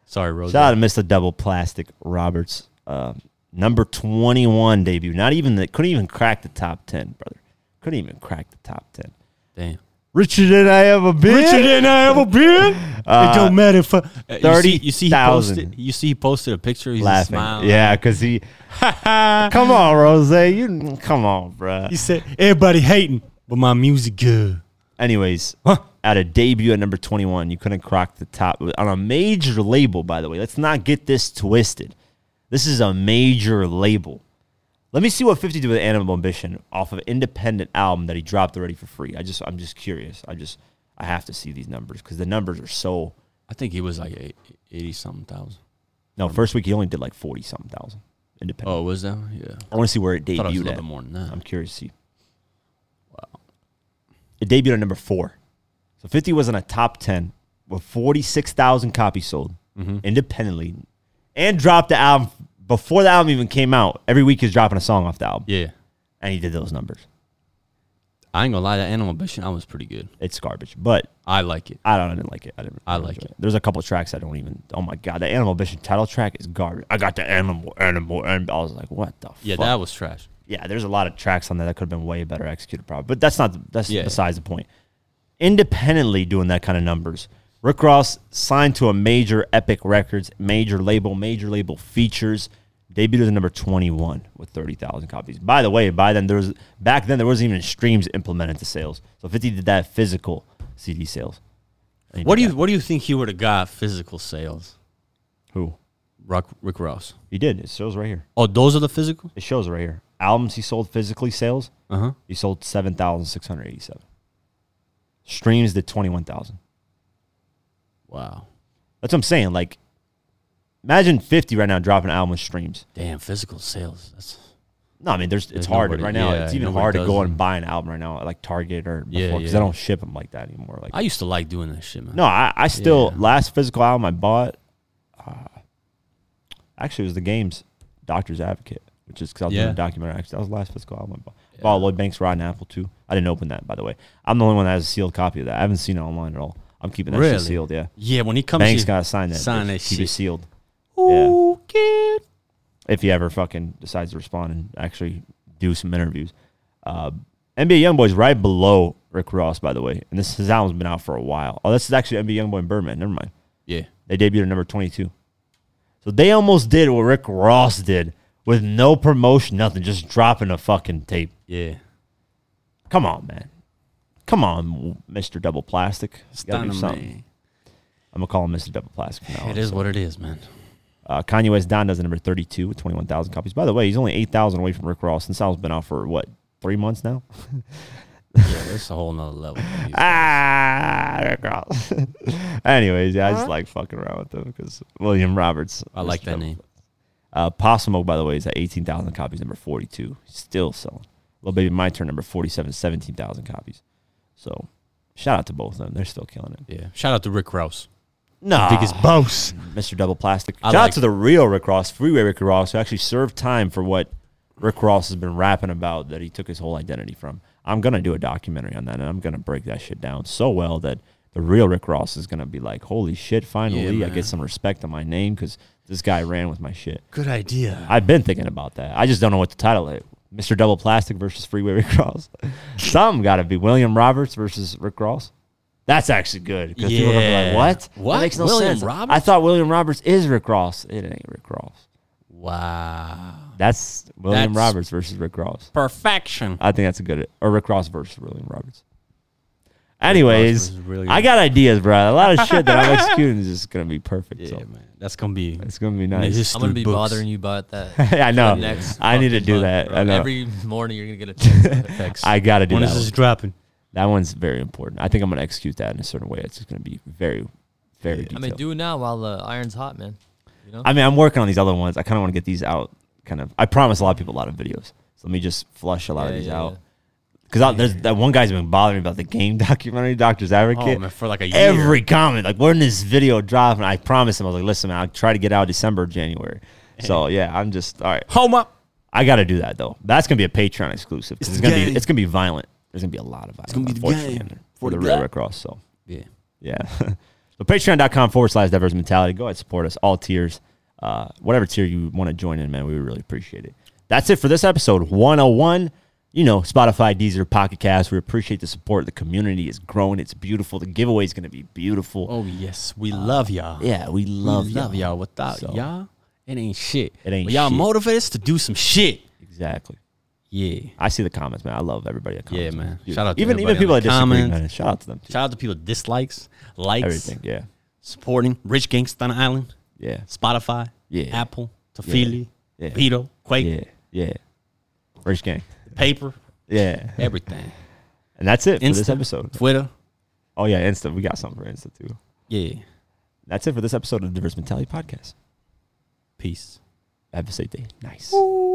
[SPEAKER 2] Sorry, Rose.
[SPEAKER 1] Shout out to Mr. Double Plastic Roberts. Um, number 21 debut. Not even the, couldn't even crack the top 10, brother. Couldn't even crack the top 10.
[SPEAKER 2] Damn.
[SPEAKER 1] Richer than I ever been.
[SPEAKER 2] than I ever been. it don't matter if I, Uh, You see, you see
[SPEAKER 1] 30,000.
[SPEAKER 2] he posted. You see, he posted a picture. He's
[SPEAKER 1] laughing.
[SPEAKER 2] smiling.
[SPEAKER 1] Yeah, because he. come on, Rose. You Come on, bruh.
[SPEAKER 2] He said, "Everybody hating, but my music good."
[SPEAKER 1] Anyways, at a debut at number 21, you couldn't crack the top on a major label, by the way. Let's not get this twisted. This is a major label. Let me see what 50 did with Animal Ambition off of independent album that he dropped already for free. I just I'm just curious. I just I have to see these numbers because the numbers are so
[SPEAKER 2] I think he was like eight- eighty something thousand.
[SPEAKER 1] no, first week he only did like 40 something thousand independent.
[SPEAKER 2] Oh, was that? Yeah.
[SPEAKER 1] I want to see where it
[SPEAKER 2] I thought it was
[SPEAKER 1] debuted
[SPEAKER 2] a little
[SPEAKER 1] at.
[SPEAKER 2] bit more than that.
[SPEAKER 1] Uh, I'm curious to see. It debuted at number four. So 50 was in a top 10 with 46,000 copies sold
[SPEAKER 2] Mm-hmm.
[SPEAKER 1] independently and dropped the album before the album even came out. Every week he's dropping a song off the album.
[SPEAKER 2] Yeah.
[SPEAKER 1] And he did those numbers.
[SPEAKER 2] I ain't gonna lie. That Animal Ambition, I was pretty good.
[SPEAKER 1] It's garbage, but
[SPEAKER 2] I like it.
[SPEAKER 1] I don't I didn't like it. I didn't.
[SPEAKER 2] I
[SPEAKER 1] really
[SPEAKER 2] like
[SPEAKER 1] enjoy
[SPEAKER 2] it.
[SPEAKER 1] There's a couple tracks I don't even. Oh my god, the Animal Ambition title track is garbage. I got the animal, animal, and I was like, what the?
[SPEAKER 2] Yeah,
[SPEAKER 1] fuck?
[SPEAKER 2] that was trash.
[SPEAKER 1] yeah, there's a lot of tracks on there that could have been way better executed, probably. But that's not that's
[SPEAKER 2] Yeah.
[SPEAKER 1] besides the point. Independently doing that kind of numbers, Rick Ross signed to a major Epic Records, major label, major label features, debuted as number 21 with 30,000 copies. By the way, by then there was back then there wasn't even streams implemented to sales, so 50 did that physical CD sales. He
[SPEAKER 2] What do
[SPEAKER 1] did
[SPEAKER 2] you What do you think he would have got physical sales?
[SPEAKER 1] that. Who?
[SPEAKER 2] Rock, Rick Ross.
[SPEAKER 1] He did. It shows right here.
[SPEAKER 2] Oh, those are the physical.
[SPEAKER 1] It shows right here. Albums he sold physically sales.
[SPEAKER 2] Uh huh.
[SPEAKER 1] He sold seven thousand six hundred eighty-seven. Streams did twenty-one thousand.
[SPEAKER 2] Wow.
[SPEAKER 1] That's what I'm saying. Like, imagine fifty right now dropping an album with streams.
[SPEAKER 2] Damn, physical sales. That's
[SPEAKER 1] No, I mean, there's it's
[SPEAKER 2] There's
[SPEAKER 1] hard
[SPEAKER 2] nobody-
[SPEAKER 1] right now.
[SPEAKER 2] yeah,
[SPEAKER 1] it's even
[SPEAKER 2] nobody
[SPEAKER 1] hard to
[SPEAKER 2] does
[SPEAKER 1] go
[SPEAKER 2] them.
[SPEAKER 1] and buy an album right now, at like Target or before,
[SPEAKER 2] Yeah,
[SPEAKER 1] because they
[SPEAKER 2] yeah.
[SPEAKER 1] don't ship them like that anymore. Like,
[SPEAKER 2] I used to like doing that shit, man.
[SPEAKER 1] no, I, I still
[SPEAKER 2] Yeah.
[SPEAKER 1] last physical album I bought. Uh, actually, it was the games Doctor's Advocate, which is because I was
[SPEAKER 2] Yeah.
[SPEAKER 1] doing a documentary. Actually, that was the last physical album I bought. Bought Lloyd Banks Rotten Apple too. I didn't open that, by the way. I'm the only one that has a sealed copy of that. I haven't seen it online at all. I'm keeping that
[SPEAKER 2] really
[SPEAKER 1] shit sealed. Yeah,
[SPEAKER 2] Yeah, when he comes,
[SPEAKER 1] Banks
[SPEAKER 2] here-
[SPEAKER 1] got to sign that. bitch.
[SPEAKER 2] Sign that
[SPEAKER 1] Keep it
[SPEAKER 2] shit.
[SPEAKER 1] sealed yeah.
[SPEAKER 2] Ooh, kid.
[SPEAKER 1] if he ever fucking decides to respond and actually do some interviews. Uh, NBA YoungBoy's right below Rick Ross, by the way, and this his album's been out for a while. Oh, this is actually NBA YoungBoy and Birdman. Never mind.
[SPEAKER 2] Yeah.
[SPEAKER 1] They debuted at number 22. So they almost did what Rick Ross did with no promotion, nothing, just dropping a fucking tape.
[SPEAKER 2] Yeah.
[SPEAKER 1] Come on, man. Come on, Mr. Double Plastic. You gotta do
[SPEAKER 2] Stunning,
[SPEAKER 1] something. I'm gonna call him Mr. Double Plastic from now
[SPEAKER 2] man.
[SPEAKER 1] on.
[SPEAKER 2] It is what it is, man.
[SPEAKER 1] Uh, Kanye West Don does at number 32 with 21,000 copies. By the way, he's only 8,000 away from Rick Ross. This album's been out for what, three months now?
[SPEAKER 2] Yeah, that's a whole nother level. dude.
[SPEAKER 1] ah, Rick Ross. Anyways, yeah, I just like fucking around with them because William Roberts.
[SPEAKER 2] I like
[SPEAKER 1] Mr.
[SPEAKER 2] that
[SPEAKER 1] Double-
[SPEAKER 2] name.
[SPEAKER 1] Uh, Possum, by the way, is at 18,000 copies, number 42. Still selling. Little Baby My Turn, number 47, 17,000 copies. So shout out to both of them. They're still killing it.
[SPEAKER 2] Yeah. Shout out to Rick Rouse.
[SPEAKER 1] No.
[SPEAKER 2] Biggest boss.
[SPEAKER 1] Mr. Double Plastic.
[SPEAKER 2] I
[SPEAKER 1] Shout out
[SPEAKER 2] like-
[SPEAKER 1] to the real Rick Ross, Freeway Rick Ross, who actually served time for what Rick Ross has been rapping about that he took his whole identity from. I'm gonna do a documentary on that, and I'm gonna break that shit down so well that the real Rick Ross is gonna be like, "Holy shit! Finally, I
[SPEAKER 2] man.
[SPEAKER 1] get some respect on my name because this guy ran with my shit."
[SPEAKER 2] Good idea.
[SPEAKER 1] I've been thinking about that. I just don't know what to title it. Mr. Double Plastic versus Freeway Rick Ross. Some got to be William Roberts versus Rick Ross. That's actually good because people are gonna
[SPEAKER 2] Yeah.
[SPEAKER 1] be like, "What?
[SPEAKER 2] What?
[SPEAKER 1] That makes no
[SPEAKER 2] William
[SPEAKER 1] sense." I
[SPEAKER 2] Roberts?
[SPEAKER 1] thought William Roberts is Rick Ross. It ain't Rick Ross.
[SPEAKER 2] Wow.
[SPEAKER 1] That's William
[SPEAKER 2] That's-
[SPEAKER 1] Roberts versus Rick Ross.
[SPEAKER 2] Perfection.
[SPEAKER 1] I think that's a good or Rick Ross versus William Roberts. Anyways,
[SPEAKER 2] versus William-
[SPEAKER 1] I got ideas, bro. A lot of shit that I'm executing is just gonna be perfect.
[SPEAKER 2] Yeah,
[SPEAKER 1] so
[SPEAKER 2] man. That's gonna be.
[SPEAKER 1] it's gonna be
[SPEAKER 2] in the
[SPEAKER 1] nice.
[SPEAKER 2] history
[SPEAKER 3] I'm gonna be
[SPEAKER 2] books.
[SPEAKER 3] bothering you about that.
[SPEAKER 1] I know.
[SPEAKER 3] Next,
[SPEAKER 1] I need to
[SPEAKER 3] fucking
[SPEAKER 1] do
[SPEAKER 3] month,
[SPEAKER 1] that.
[SPEAKER 3] bro.
[SPEAKER 1] I know.
[SPEAKER 3] Every morning you're gonna get a text. text.
[SPEAKER 1] I gotta do
[SPEAKER 2] When
[SPEAKER 1] that.
[SPEAKER 2] is
[SPEAKER 1] one.
[SPEAKER 2] this dropping?
[SPEAKER 1] That one's very important. I think I'm going to execute that in a certain way. It's just going to be very, very
[SPEAKER 3] I
[SPEAKER 1] detailed. I
[SPEAKER 3] mean,
[SPEAKER 1] mean,
[SPEAKER 3] do it now while the iron's hot, man. You know,
[SPEAKER 1] I am working on these other ones. I kind of want to get these out. Kind of. I promise a lot of people a lot of videos. So let me just flush a lot of
[SPEAKER 3] Yeah,
[SPEAKER 1] these
[SPEAKER 3] yeah,
[SPEAKER 1] out. Because there's that one guy's been bothering me about the game documentary, Doctor's Advocate.
[SPEAKER 2] Oh man, for like a year.
[SPEAKER 1] Every comment, like when this video drop, and I promised him, I was like, listen, man, I'll try to get out December, January. So yeah, I'm just all right.
[SPEAKER 2] home up.
[SPEAKER 1] I got to do that though. That's gonna be a Patreon exclusive. 'cause
[SPEAKER 2] It's
[SPEAKER 1] It's, gonna
[SPEAKER 2] gay.
[SPEAKER 1] be it's gonna be violent. There's gonna be a lot of violence.
[SPEAKER 2] gonna be the
[SPEAKER 1] unfortunately,
[SPEAKER 2] game.
[SPEAKER 1] in there
[SPEAKER 2] For
[SPEAKER 1] for
[SPEAKER 2] the
[SPEAKER 1] the real
[SPEAKER 2] guy.
[SPEAKER 1] Red Cross. So
[SPEAKER 2] Yeah.
[SPEAKER 1] yeah. so patreon.com forward slash diverse mentality. Go ahead, support us, all tiers. Uh, whatever tier you want to join in, man, we would really appreciate it. That's it for this episode 101. You know, Spotify, Deezer, Pocket Cast. We appreciate the support. The community is growing. It's beautiful. The giveaway is going to be beautiful.
[SPEAKER 2] Oh yes, we love y'all.
[SPEAKER 1] Yeah, we love,
[SPEAKER 2] we love
[SPEAKER 1] y'all.
[SPEAKER 2] y'all. Without
[SPEAKER 1] So-
[SPEAKER 2] y'all, it ain't shit.
[SPEAKER 1] It ain't
[SPEAKER 2] But y'all
[SPEAKER 1] shit.
[SPEAKER 2] motivate us to do some shit.
[SPEAKER 1] Exactly.
[SPEAKER 2] Yeah.
[SPEAKER 1] I see the comments, man. I love everybody that
[SPEAKER 2] Yeah,
[SPEAKER 1] comments.
[SPEAKER 2] man.
[SPEAKER 1] Dude,
[SPEAKER 2] Shout out to
[SPEAKER 1] even even
[SPEAKER 2] everybody
[SPEAKER 1] people that
[SPEAKER 2] on the
[SPEAKER 1] disagree,
[SPEAKER 2] comments.
[SPEAKER 1] man. Shout out to them. Too.
[SPEAKER 2] Shout out to people dislikes, likes,
[SPEAKER 1] Everything. Yeah.
[SPEAKER 2] supporting Rich Gangsta Island,
[SPEAKER 1] Yeah.
[SPEAKER 2] Spotify,
[SPEAKER 1] Yeah.
[SPEAKER 2] Apple, Tafili,
[SPEAKER 1] Yeah.
[SPEAKER 2] Vito, Quake,
[SPEAKER 1] Yeah. Yeah. Rich gang.
[SPEAKER 2] Paper,
[SPEAKER 1] Yeah.
[SPEAKER 2] everything.
[SPEAKER 1] And that's it for this
[SPEAKER 2] Insta,
[SPEAKER 1] episode.
[SPEAKER 2] Twitter.
[SPEAKER 1] Oh yeah, Insta. We got something for Insta too.
[SPEAKER 2] Yeah.
[SPEAKER 1] That's it for this episode of the Diverse Mentality Podcast.
[SPEAKER 2] Peace.
[SPEAKER 1] Have a safe day. Nice.
[SPEAKER 2] Ooh.